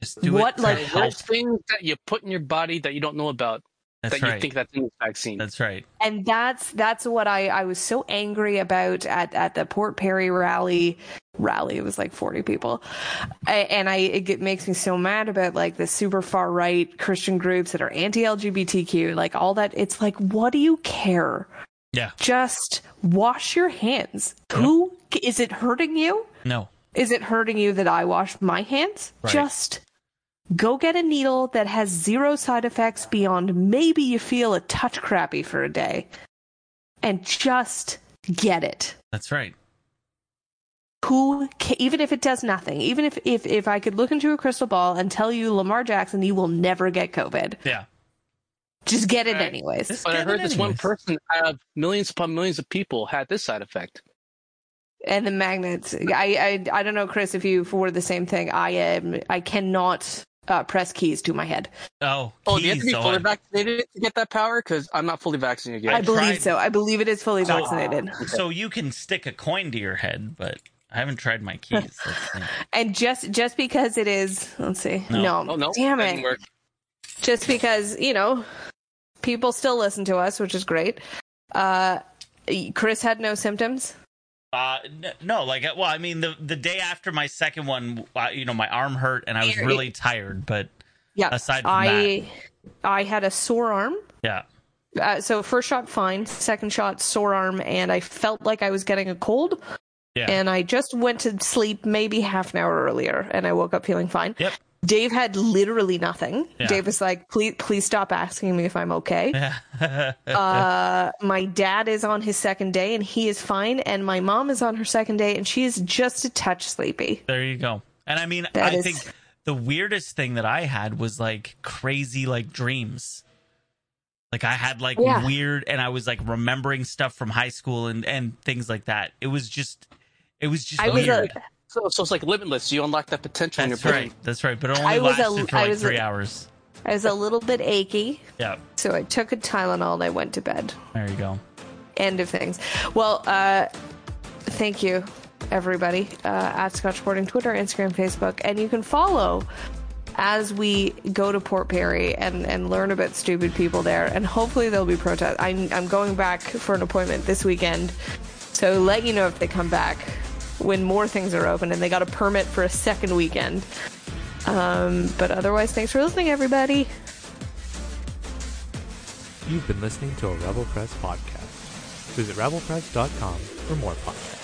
just do What, it to like, There's help. things that you put in your body that you don't know about that's that you right think that's in the vaccine. that's right and that's that's what I I was so angry about at at the Port Perry rally rally it was like 40 people I, and I it get- makes me so mad about like the super far right Christian groups that are anti-LGBTQ like all that it's like what do you care yeah just wash your hands Who is it hurting you no is it hurting you that I wash my hands? Right. Just go get a needle that has zero side effects beyond maybe you feel a touch crappy for a day and just get it. that's right Who ca- even if it does nothing, even if, if if I could look into a crystal ball and tell you Lamar Jackson, you will never get COVID. yeah Just get it Right. anyways. Just but I get it heard this one anyways. person out of millions upon millions of people had this side effect. and the magnets. I, I I don't know, Chris, if you were the same thing. I am. I cannot uh, press keys to my head. oh Oh, do you have geez, to be so fully I- vaccinated to get that power? Because I'm not fully vaccinated I yet. Oh, believe tried- so. I believe it is fully So- vaccinated. so you can stick a coin to your head but i haven't tried my keys That's the thing. And just just because it is, let's see, No. no, oh no! damn Didn't it, work. just because you know people still listen to us, which is great. Uh, Chris had no symptoms. Uh, n- no, like, well, I mean, the the day after my second one, uh, you know, my arm hurt and I was Here, really tired, but Yeah, Aside from I I had a sore arm. yeah, Uh, so first shot fine, second shot sore arm, and I felt like I was getting a cold. Yeah. and I just went to sleep maybe half an hour earlier, and I woke up feeling fine. Yep. Dave had literally nothing. Yeah. Dave was like, "Please, please stop asking me if I'm okay." Yeah. uh, my dad is on his second day and he is fine, and my mom is on her second day and she is just a touch sleepy. There you go. And I mean, That I is- think the weirdest thing that I had was like crazy, like dreams. Like I had like Yeah. weird, and I was like remembering stuff from high school and and things like that. It was just, it was just I was a- weird. So, so it's like limitless. You unlock that potential in your That's brain. right. That's right. But it I only was a- lasted for I like was a- three hours. I was a little bit achy, Yeah. so I took a Tylenol and I went to bed. There you go. End of things. Well, uh, thank you, everybody, uh, at Scotchboarding Twitter, Instagram, Facebook, and you can follow as we go to Port Perry and, and learn about stupid people there. And hopefully there'll be protests. I'm, I'm going back for an appointment this weekend, so let you know if they come back when more things are open and they got a permit for a second weekend. Um, but otherwise, thanks for listening, everybody. You've been listening to a Rebel Press podcast. Visit rebelpress.com for more podcasts.